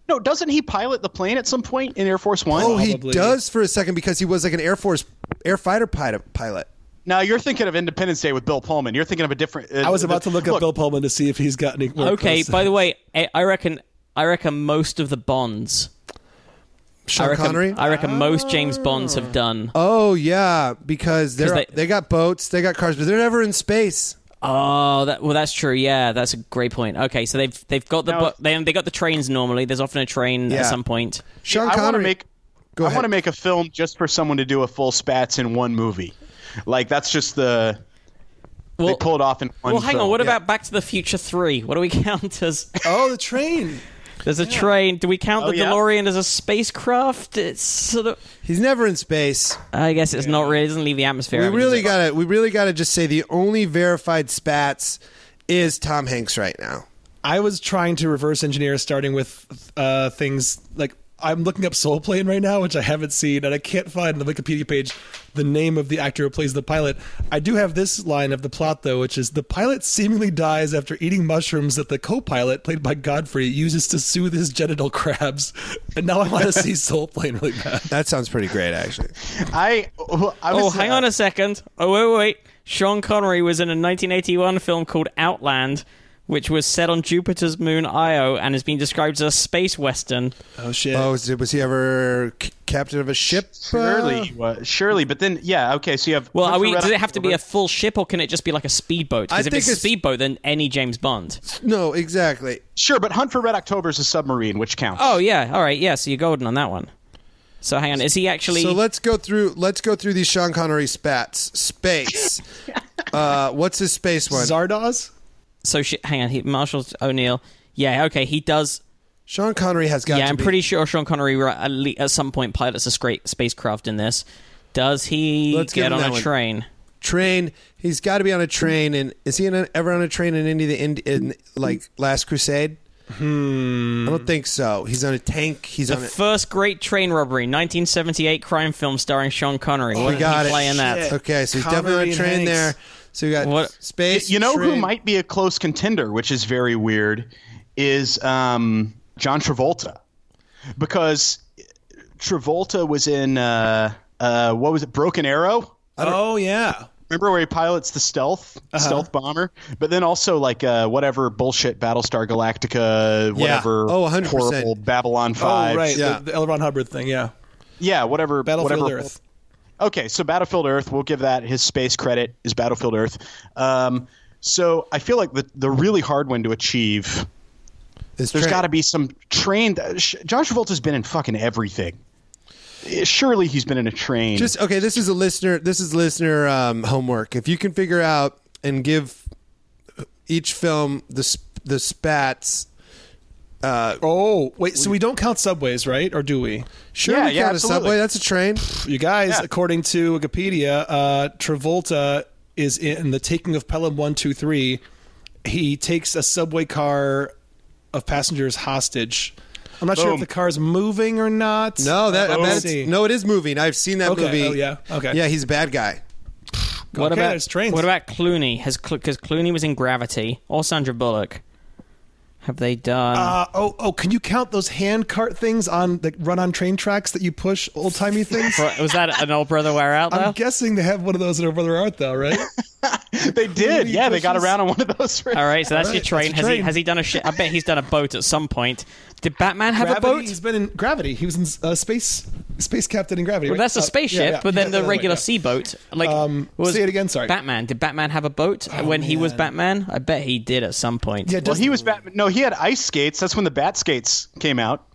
A: No, doesn't he pilot the plane at some point in Air Force One?
D: Oh, he
B: Probably.
D: does for a second because he was like an Air Force air fighter pilot. pilot.
A: Now you're thinking of Independence Day with Bill Pullman. You're thinking of a different. uh,
B: I was about to look, up Bill Pullman to see if he's got any. more
C: Okay,
B: close.
C: by the way, I I reckon I reckon most of the Bonds.
D: Sean
C: I reckon,
D: Connery.
C: I reckon most James Bonds have done.
D: oh yeah, because they're,
C: 'Cause
D: they
C: they-
D: got boats, they got cars, but they're never in space.
C: Oh, that well, that's true. Yeah, that's a great point. Okay, so they've they've got the
A: Now-
C: bu- they they got the trains normally. There's often a train
D: Yeah.
C: at some point.
D: Sean
A: I want to
D: Connery.
A: make.
D: Go
A: I want to
D: ahead.
A: make a film just for someone to do a full spats in one movie. Like that's just the
C: Well,
A: they pulled off in one.
C: well, hang on.
A: film.
C: What about Back to the Future Three? What do we count as?
B: oh, the train.
C: There's a train. Do we count
A: Oh,
C: the
A: yeah.
C: DeLorean as a spacecraft? It's sort of.
D: He's never in space.
C: I guess it's not really. It doesn't leave the atmosphere.
D: We
C: out, does
D: really
C: it?
D: gotta. We really gotta just say the only verified spats is Tom Hanks right now.
B: I was trying to reverse engineer starting with uh, things like I'm looking up Soul Plane right now, which I haven't seen, and I can't find on the Wikipedia page the name of the actor who plays the pilot. I do have this line of the plot though, which is the pilot seemingly dies after eating mushrooms that the co-pilot, played by Godfrey, uses to soothe his genital crabs. And now I want to see Soul Plane really bad.
D: That sounds pretty great, actually.
A: I? I
C: Oh,
A: was,
C: hang on a second. Oh, wait, wait, wait. Sean Connery was in a 1981 film called Outland, which was set on Jupiter's moon Io and has been described as a space western.
B: Oh shit!
D: Oh, was, was he ever c- captain of a ship? Uh,
A: Surely, he was- surely, uh, but then yeah, okay. So you have
C: Well, are we,
A: infrared
C: does it have to be a
A: observer.
C: full ship or can it just be like a speedboat?
D: I
C: Because if
D: think
C: it's a
D: it's-
C: speedboat, then any James Bond.
D: Uh, no, exactly.
A: sure? But Hunt for Red October is a submarine, which counts.
C: Oh, yeah. All right. Yeah. So you're golden on that one. So hang on. Is he actually.
D: So let's go through. Let's go through these Sean Connery spats. Space. uh, what's his space one?
B: Zardoz.
C: so sh- hang on. He, Marshall O'Neill. Yeah. Okay. He does.
D: Sean Connery has got.
C: yeah.
D: to
C: I'm
D: be-
C: pretty sure Sean Connery ri- at le- at some point pilots a scra- spacecraft in this. Does he
D: Let's give
C: get
D: him
C: on
D: that
C: a
D: one.
C: train?
D: train. He's got to be on a train. And is he in a, ever on a train in any of the Ind- in like Last Crusade? Hmm. I don't think so. He's on a tank. He's
C: The
D: on. A,
C: first great train robbery, 1978 crime film starring Sean Connery. what
D: Oh, we got
C: did
D: it.
C: he play in that?
D: Okay, so he's
B: Connery
D: definitely on a
B: and
D: train
B: Hanks.
D: there. So we got
C: What-
D: space.
A: you know who
D: train.
A: might be a close contender, which is very weird, is um, John Travolta, because Travolta was in uh, uh, what was it, Broken Arrow?
B: Oh yeah.
A: Remember where he pilots the stealth
B: Uh-huh.
A: stealth bomber, but then also like uh, whatever bullshit Battlestar Galactica, whatever
D: Oh, 100%.
A: horrible Babylon Five,
B: Oh right,
D: yeah.
B: the, the L. Ron Hubbard thing. Yeah.
A: yeah, whatever
B: Battlefield
A: whatever,
B: Earth.
A: Okay, so Battlefield Earth, we'll give that his space credit is Battlefield Earth. Um, so I feel like the the really hard one to achieve.
D: This
A: There's
D: train.
A: got to be some train. Sh- John Travolta's been in fucking everything. Eh, Surely he's been in a train.
D: Just okay. This is a listener. This is listener um, homework. If you can figure out and give each film the sp- the spats.
B: Oh wait, so we don't count subways, right? Or do we?
D: Sure,
A: Yeah,
D: we
A: yeah,
D: count a
A: absolutely.
D: subway. That's a train.
B: You guys,
A: Yeah.
B: according to Wikipedia, uh, Travolta is in the taking of Pelham 123. He takes a subway car of passengers hostage. I'm not sure if
A: Boom.
B: the car's moving or not.
D: No, that I
B: Let's
D: bet it's-
B: see.
D: no, it is moving. I've seen that
B: Okay,
D: movie.
B: oh, yeah, okay.
D: Yeah, he's a bad guy.
C: What
B: Okay,
C: about
B: there's trains.
C: What about Clooney? Has because Clooney was in Gravity or Sandra Bullock? Have they done?
B: Uh, oh, oh! Can you count those hand cart things on that run on train tracks that you push old timey things?
C: Bro- was that an old brother wear out?
B: I'm
C: Though?
B: guessing they have one of those in our brother art, though, right?
A: they did.
B: Three
A: Yeah, they got
B: pushes.
A: around on one of those.
C: All right, so that's
B: All
C: your
B: right,
C: train.
B: that's
C: has
B: your
C: he
B: train.
C: has he done a shit? I bet he's done a boat at some point. Did Batman have
B: Gravity.
C: a boat?
B: He's been in Gravity. He was in uh, space space captain in Gravity.
C: Well,
B: right?
C: that's a
B: Uh,
C: spaceship,
B: yeah, yeah.
C: but then
B: Yeah,
C: the
B: yeah,
C: regular
B: yeah.
C: sea boat. Like,
B: Um,
C: was
B: say it again, sorry. Oh,
C: Batman. Did Batman have a boat when he was
B: man.
C: Batman? I bet he did at some point.
B: Yeah,
A: Well,
B: does,
A: he was Batman. No, he had ice skates. That's when the bat skates came out.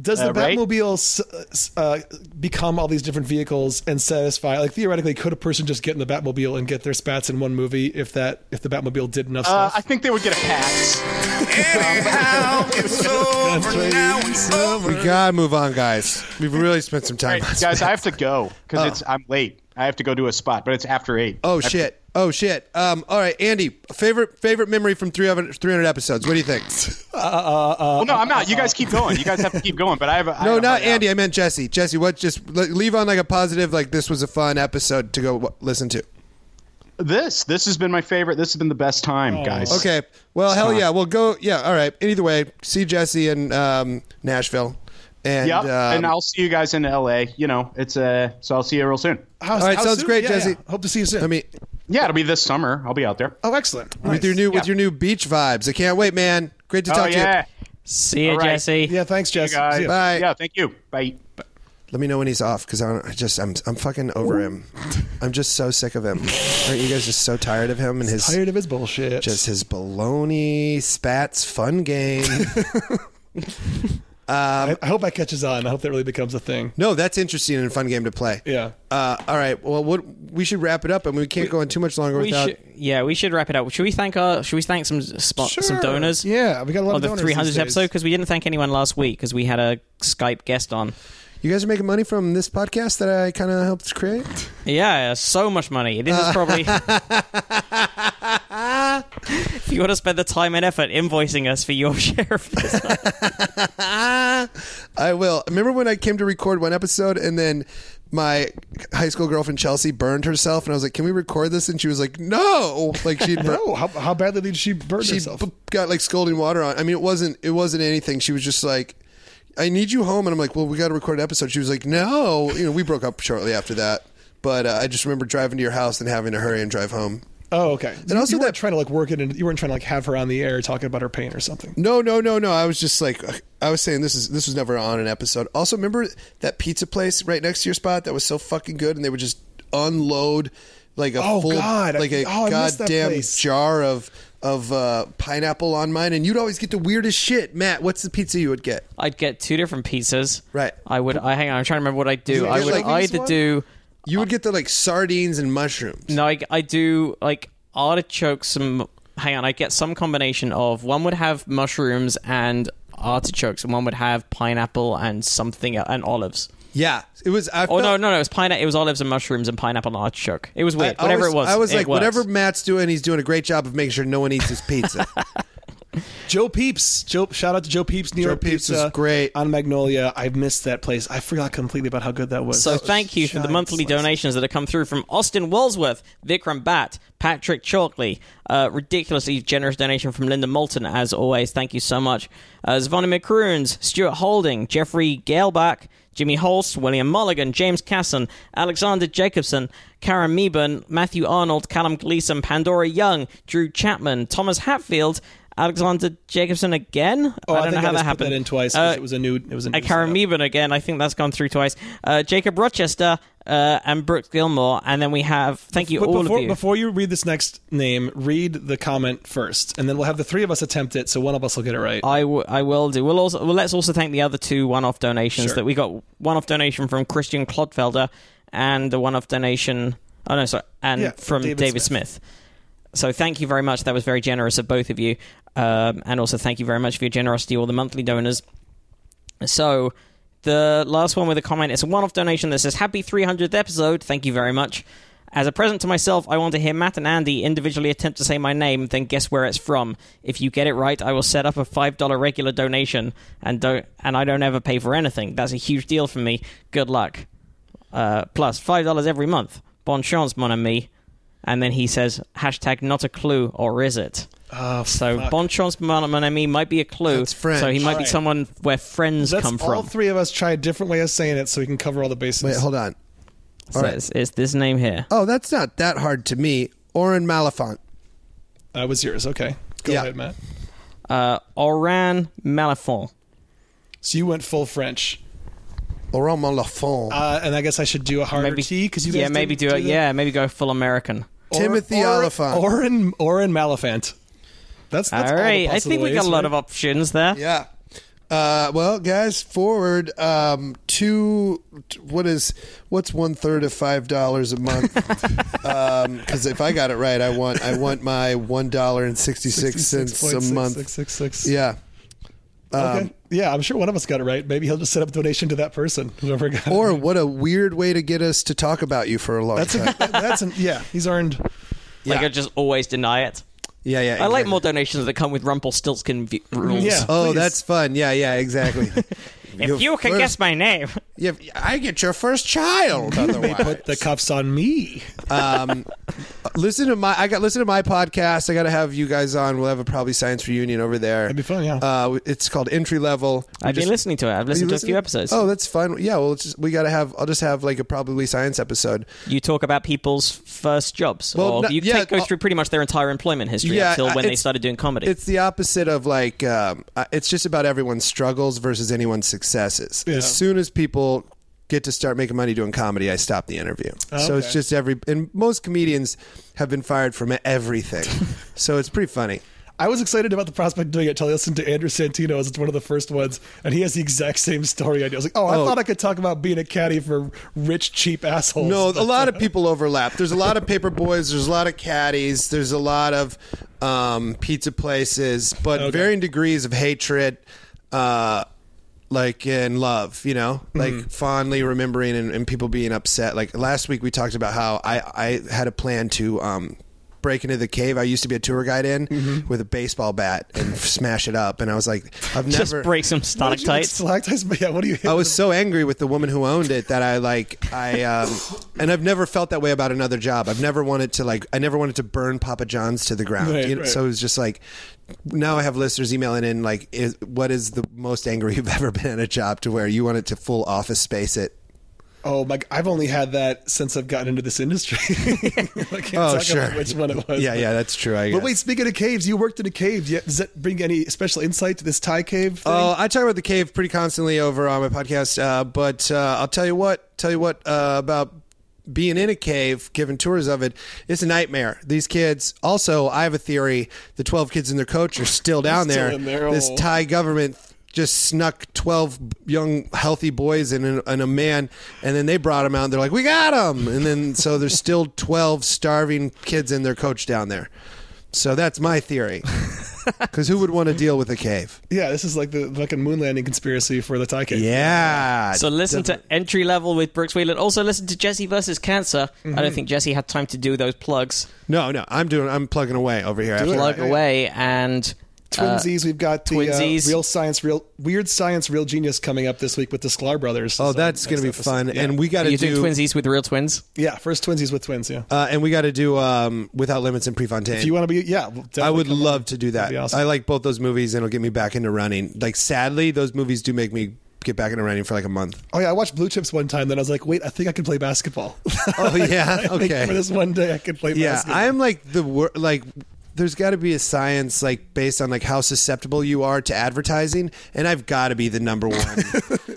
B: does the
A: uh, right?
B: Batmobile s- s- uh, become all these different vehicles and satisfy? Like theoretically, could a person just get in the Batmobile and get their spats in one movie if that if the Batmobile did enough
A: Uh,
B: stuff?
A: I think they would get a pass.
E: Anyhow, it's over now. It's over.
D: We gotta move on, guys. We've really spent some time.
A: All
D: on
A: right, guys, I have to go because it's I'm late. I have to go do a spot, but it's after eight.
D: Uh.
A: I
D: Oh
A: have to-
D: shit! Oh shit! Um, all right, Andy. Favorite favorite memory from 300, 300 episodes. What do you think?
A: well, no, I'm out. You guys keep going. You guys have to keep going. But I have. A, I
D: Uh. no,
A: have a
D: not
A: hard out.
D: Andy. I meant Jesse. Jesse, what? Just like, leave on like a positive. Like this was a fun episode to go w- listen to.
A: This this has been my favorite. This has been the best time, guys.
D: Okay. Well, hell yeah. We'll go. Yeah. All right. Either way, see Jesse in um, Nashville. And
A: Yep.
D: um,
A: and I'll see you guys in L.A. You know, it's uh, so I'll see you real soon.
B: How-
D: all right,
B: how
D: sounds
B: soon?
D: great,
B: Yeah, yeah.
D: Jesse.
B: Hope to see you soon.
D: I mean,
A: Yeah, it'll be this summer. I'll be out there.
B: oh, excellent.
D: with your
B: Nice.
D: new with your new beach vibes. I can't wait, man. Great to talk
A: oh
D: to
A: yeah,
D: you.
C: See ya,
A: All right.
C: Jesse.
B: yeah, thanks, Jess.
A: guys.
B: See ya.
D: Bye.
A: Yeah, thank you. Bye.
D: Let me know when he's off because I, don't- I just I'm I'm fucking over him. I'm just so sick of him. Aren't you guys just so tired of him and his
B: Tired of his bullshit.
D: just his baloney spats fun game?
B: I, I hope that catches on. I hope that really becomes a thing.
D: no, that's interesting and a fun game to play.
B: Yeah.
D: Uh, all right. Well, what we should wrap it up, and we can't go on too much longer
C: We
D: without.
C: should, yeah, we should wrap it up. Should we thank our? Should we thank some spot, some
B: Sure.
C: donors?
B: Yeah, we got a lot
C: On
B: of
C: the
B: donors
C: 300th
B: these days.
C: episode because we didn't thank anyone last week because we had a Skype guest on.
D: You guys are making money from this podcast that I kind of helped create.
C: Yeah, so much money. This is probably. if you want to spend the time and effort invoicing us for your share of this,
D: I will. Remember when I came to record one episode and then my high school girlfriend Chelsea burned herself, and I was like, "Can we record this?" And she was like, "No!" Like she bur-
B: Oh, how, how badly did she burn
D: she
B: herself?
D: b- got like scalding water on. I mean, it wasn't it wasn't anything. She was just like, "I need you home," and I'm like, "Well, we got to record an episode." She was like, "No," you know. We broke up shortly after that, but uh, I just remember driving to your house and having to hurry and drive home.
B: Oh, okay. And
D: also
B: also, you weren't
D: that-
B: trying to like work it, and you weren't trying to like have her on the air talking about her pain or something.
D: No, no, no, no. I was just like, I was saying this is this was never on an episode. Also, remember that pizza place right next to your spot that was so fucking good, and they would just unload like a
B: Oh,
D: full,
B: God.
D: like a
B: Oh, I missed that
D: goddamn
B: place.
D: jar of of uh, pineapple on mine, and you'd always get the weirdest shit. Matt, what's the pizza you would get?
C: I'd get two different pizzas.
D: Right.
C: I would. I hang on. I'm trying to remember what I do.
D: you
C: I
D: get,
C: would
D: like,
C: either
D: one?
C: do.
D: You would get the like sardines and mushrooms.
C: No, I, I do like artichokes. Some hang on. I get some combination of one would have mushrooms and artichokes, and one would have pineapple and something el- and olives.
D: Yeah, it was. I
C: Oh
D: felt-
C: no, no, no! It was pineapple. It was olives and mushrooms and pineapple and artichoke. It was weird.
D: I
C: whatever
D: always-
C: it was,
D: I was
C: it
D: like,
C: works.
D: whatever Matt's doing, he's doing a great job of making sure no one eats his pizza.
B: Joe Peeps. Joe, shout out to Joe Peeps. New
D: Joe
B: York
D: Peeps
B: Pizza
D: was great.
B: on Magnolia. I missed that place. I forgot completely about how good that was.
C: So
B: That was
C: thank you for the
B: giant
C: monthly
B: slice.
C: donations that have come through from Austin Walsworth, Vikram Bat, Patrick Chalkley. Uh, ridiculously generous donation from Linda Moulton, as always. Thank you so much. Uh, Zvonimir Kroons, Stuart Holding, Jeffrey Galeback, Jimmy Holst, William Mulligan, James Casson, Alexander Jacobson, Karen Meeburn, Matthew Arnold, Callum Gleason, Pandora Young, Drew Chapman, Thomas Hatfield, Alexander Jacobson again.
B: Oh, I,
C: don't
B: think
C: know how
B: I
C: that
B: just
C: happened.
B: Put that in twice. 'cause it was a new. It was a new.
C: Uh, Karen
B: setup.
C: Meeban again. I think that's gone through twice. Uh, Jacob Rochester uh, and Brooke Gilmore, and then we have thank you
B: But
C: all
B: before,
C: of you.
B: before you read this next name, read the comment first, and then we'll have the three of us attempt it, so one of us will get it right.
C: I, w- I will do. We'll also well, let's also thank the other two one-off donations
B: Sure.
C: that we got. One-off donation from Christian Klodfelder and the one-off donation. Oh no, sorry, and
B: Yeah,
C: from David, Smith. So thank you very much. That was very generous of both of you, um, and also thank you very much for your generosity, all the monthly donors. So the last one with a comment is a one-off donation that says "Happy 300th episode." Thank you very much. As a present to myself, I want to hear Matt and Andy individually attempt to say my name, then guess where it's from. If you get it right, I will set up a five dollar regular donation, and don't and I don't ever pay for anything. That's a huge deal for me. Good luck. Uh, plus five dollars every month. Bon chance, mon ami. And then he says hashtag not a clue, or is it? so bon chance, mon mon ami might be a clue.
D: That's French.
C: So he might be
B: Alright.
C: someone where friends
B: Let's
C: come from.
B: all three of us try a different way of saying it, so we can cover all the bases.
D: Wait, hold on.
C: So
D: All right.
C: it's, it's this name here.
D: Oh, that's not that hard to me. Oren Malafont.
B: That Uh, was yours. Okay. Go
D: Yeah.
B: ahead, Matt.
C: Uh, Oran Malafon.
B: So you went full French.
D: Oren Malafont.
B: Uh, and I guess I should do a harder
C: Maybe
B: T because you guys
C: yeah, maybe do
B: didn't
C: it.
B: that?
C: Yeah, maybe go full American.
D: Timothy Oliphant.
B: Oren Oren Malafant. That's, that's
C: all
B: the
C: right, I think we got a
B: possible
C: lot
B: A's,
C: of options there.
D: yeah. Uh, well, guys, forward um, to what is what's one third of five dollars a month? Because if I got it right, I want I want my one dollar and sixty six cents a month.
B: 66.6666.
D: Yeah. um,
B: Okay. yeah, I'm sure one of us got it right. Maybe he'll just set up a donation to that person. Whoever got it.
D: Or what a weird way to get us to talk about you for a long
B: that's
D: time.
B: a, that's an yeah. He's earned.
C: Like
D: Yeah.
C: I just always deny it.
D: yeah, yeah.
C: I like
D: exactly.
C: more donations that come with Rumpelstiltskin v- rules.
B: Yeah.
D: Oh,
B: Please.
D: that's fun. Yeah, yeah, exactly.
C: If you can
D: first-
C: guess my name,
D: Yeah, I get your first child. Otherwise,
B: Put the cuffs on me.
D: listen to my. I got listen to my podcast. I got to have you guys on. We'll have a probably science reunion over there. That'd
B: be fun, yeah.
D: Uh, it's called entry level.
C: I've been listening to it. I've listened to a few episodes.
D: Oh, that's fun. Yeah, well, it's just, we got to have. I'll just have like a probably science episode.
C: You talk about people's first jobs,
D: Well,
C: or
D: no-
C: you
D: yeah,
C: take, go
D: uh,
C: through pretty much their entire employment history
D: Yeah,
C: until
D: uh,
C: when they
D: it's-
C: started doing comedy.
D: It's the opposite of like. Um, uh, it's just about everyone's struggles versus anyone's successes.
B: Yeah.
D: As soon as people get to start making money doing comedy, I stop the interview. So it's
B: Oh, okay.
D: just every and most comedians have been fired from everything. so it's pretty funny.
B: I was excited about the prospect of doing it until I listened to Andrew Santino as it's one of the first ones, and he has the exact same story idea. I was like, oh, I thought I could talk about being a caddy for rich, cheap assholes.
D: No,
B: But-
D: a lot of people overlap. There's a lot of paper boys. There's a lot of caddies. There's a lot of um, pizza places, but varying degrees of hatred, uh, like in love. You know,
C: Mm-hmm.
D: like fondly remembering and, and people being upset. Like last week, we talked about how I I had a plan to. Um, Break into the cave I used to be a tour guide in
C: Mm-hmm.
D: with a baseball bat and smash it up, and I was like, I've never
C: just break some
B: Did you like
C: stalactites.
B: stalactites? But yeah, what do you?
D: I was so angry with the woman who owned it that I like I um, and I've never felt that way about another job. I've never wanted to like I never wanted to burn Papa John's to the ground.
B: Right,
D: You know,
B: right.
D: So it was just like now I have listeners emailing in like is, what is the most angry you've ever been at a job to where you wanted to full office space it.
B: Oh my! I've only had that since I've gotten into this industry. I can't
D: Oh,
B: talk
D: sure.
B: about which one it was.
D: Yeah,
B: but-
D: yeah, that's true. I guess.
B: But wait, speaking of caves, you worked in a cave. Yeah, Does that bring any special insight to this Thai cave? Thing?
D: Oh, I talk about the cave pretty constantly over on my podcast. Uh, but uh, I'll tell you what, tell you what uh, about being in a cave, giving tours of it. It's a nightmare. These kids. Also, I have a theory: the twelve kids and their coach are still down
B: Still
D: there.
B: in there,
D: This
B: oh.
D: Thai government just snuck twelve young, healthy boys and, a- and a man, and then they brought them out. And they're like, "We got them!" And then so there's still twelve starving kids and their coach down there. So that's my theory. Because who would want to deal with a cave?
B: yeah, this is like the fucking moon landing conspiracy for the Thai cave.
D: Yeah.
C: So listen to entry level with Brooks Wheelan. Also listen to Jesse versus Cancer. I don't think Jesse had time to do those plugs.
D: no, no. I'm doing. I'm plugging away over here. After-
C: Plug away and uh,
B: Twinsies, we've got the uh,
C: Twinsies.
B: real science, real weird science, real genius coming up this week with the Sklar brothers. So
D: Oh, that's
B: next
D: gonna be
B: episode.
D: fun.
B: Yeah.
D: And we got
C: you
D: to
C: do
D: do.
C: twinsies with real twins.
B: yeah, first twinsies with twins. Yeah,
D: uh, and we got to do um, without limits and Prefontaine.
B: if you want to be, yeah, well, definitely
D: I would
B: come on.
D: love to do that.
B: That'd be awesome.
D: I like both those movies, and it'll get me back into running. Like, sadly, those movies do make me get back into running for like a month.
B: Oh yeah, I watched Blue Chips one time. Then I was like, wait, I think I can play basketball.
D: Oh yeah,
B: I think for
D: okay.
B: this one day, I can play.
D: Yeah,
B: basketball.
D: I am like the wor- like. There's got to be a science like based on like how susceptible you are to advertising, and I've got to be the number one.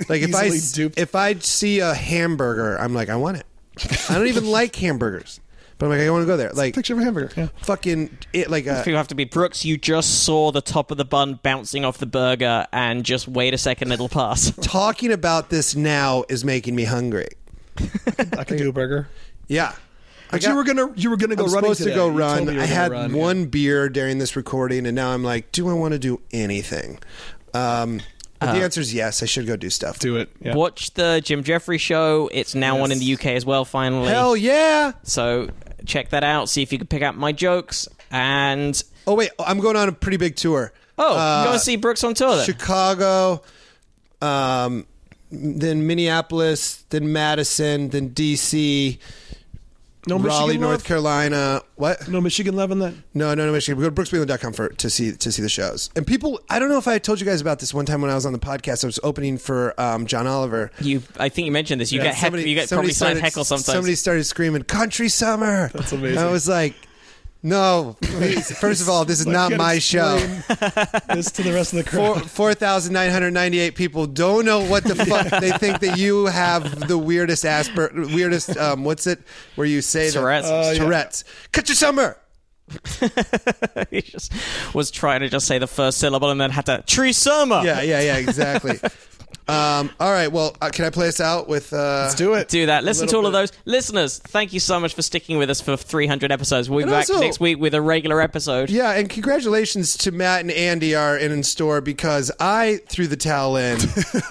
D: like if I
B: Easily
D: s-
B: duped.
D: if I see a hamburger, I'm like I want it. I don't even like hamburgers, but I'm like I want to go there. Like
B: picture of a hamburger. Yeah.
D: fucking it like uh,
C: If you
D: a.
C: have to be Brooks, you just saw the top of the bun bouncing off the burger and just wait a second, it'll pass.
D: Talking about this now is making me hungry.
B: I can do a burger.
D: Yeah,
B: But
D: got-
B: you were gonna you were gonna go
D: I'm
B: running
D: supposed
B: today.
D: to go
B: You told
D: run.
B: me you were
D: I
B: gonna
D: had
B: run, yeah.
D: one beer during this recording, and now I'm like, do I want to do anything? Um, but the answer is yes. I should go do stuff.
B: Uh, Do it. Yeah.
C: Watch the Jim Jeffrey show. It's now on in the UK as well, finally.
D: Hell yeah!
C: So check that out. See if you can pick out my jokes. And
D: Oh wait, I'm going on a pretty big tour.
C: oh,
D: Uh,
C: go and see Brooks on tour. Then.
D: Chicago, um, then Minneapolis, then Madison, then DC,
B: No
D: Raleigh,
B: Michigan
D: North
B: love?
D: Carolina. What?
B: No Michigan love on that.
D: No, no, no, Michigan. Go to brookswheeland.com for to see to see the shows. And people, I don't know if I told you guys about this one time when I was on the podcast. I was opening for um, John Oliver.
C: You, I think you mentioned this. You get heck, you get
D: somebody
C: probably signed heckle sometimes.
D: Somebody started screaming "Country Summer." That's
B: amazing.
D: I was like, No, please. First of all, this is
B: Like,
D: not
B: you gotta
D: my show.
B: explain This to the rest of the
D: Four-
B: crowd.
D: 4,998 people don't know what the fuck they think that you have the weirdest asper weirdest um what's it where you say the-
C: Tourette's. Uh,
B: yeah.
D: Tourette's. Cut your summer.
C: he just was trying to just say the first syllable and then had to tree summer.
D: Yeah, yeah, yeah, exactly. um all right, well, uh, can I play us out with uh
B: Let's do it.
C: Do that. Listen to all of
B: bit.
C: those listeners. Thank you so much for sticking with us for 300 episodes. We'll be
D: And
C: back
D: also-
C: next week with a regular episode.
D: Yeah, and congratulations to Matt and Andy are in, in store because I threw the towel in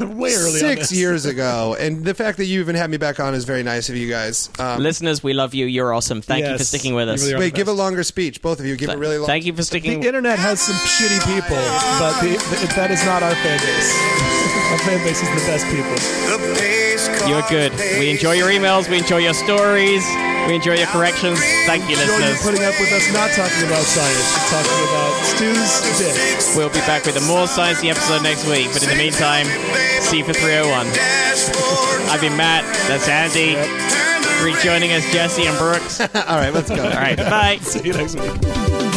B: Way early on
D: six
B: this.
D: years ago, and the fact that you even had me back on is very nice of you guys. Um,
C: Listeners, we love you. You're awesome. Thank you for
B: Yes.
C: sticking with
B: You
C: us.
B: really are the
D: wait, give a
B: best.
D: longer speech, both of you. Give a really long.
C: Thank you for sticking.
B: The internet has some shitty people, but the, the, that is not our fan base. our fan base is the best people.
E: The pace
C: You're good. We enjoy your emails. We enjoy your stories. We enjoy your corrections. Thank you,
B: Show you
C: listeners.
B: putting up with us not talking about science, but talking about Stu's dick.
C: We'll be back with a more sciencey episode next week. But in the meantime, C for 301. I've been Matt. That's Andy. Rejoining us, Jesse and Brooks. All
D: All right, let's go.
C: right, bye.
B: See you next week.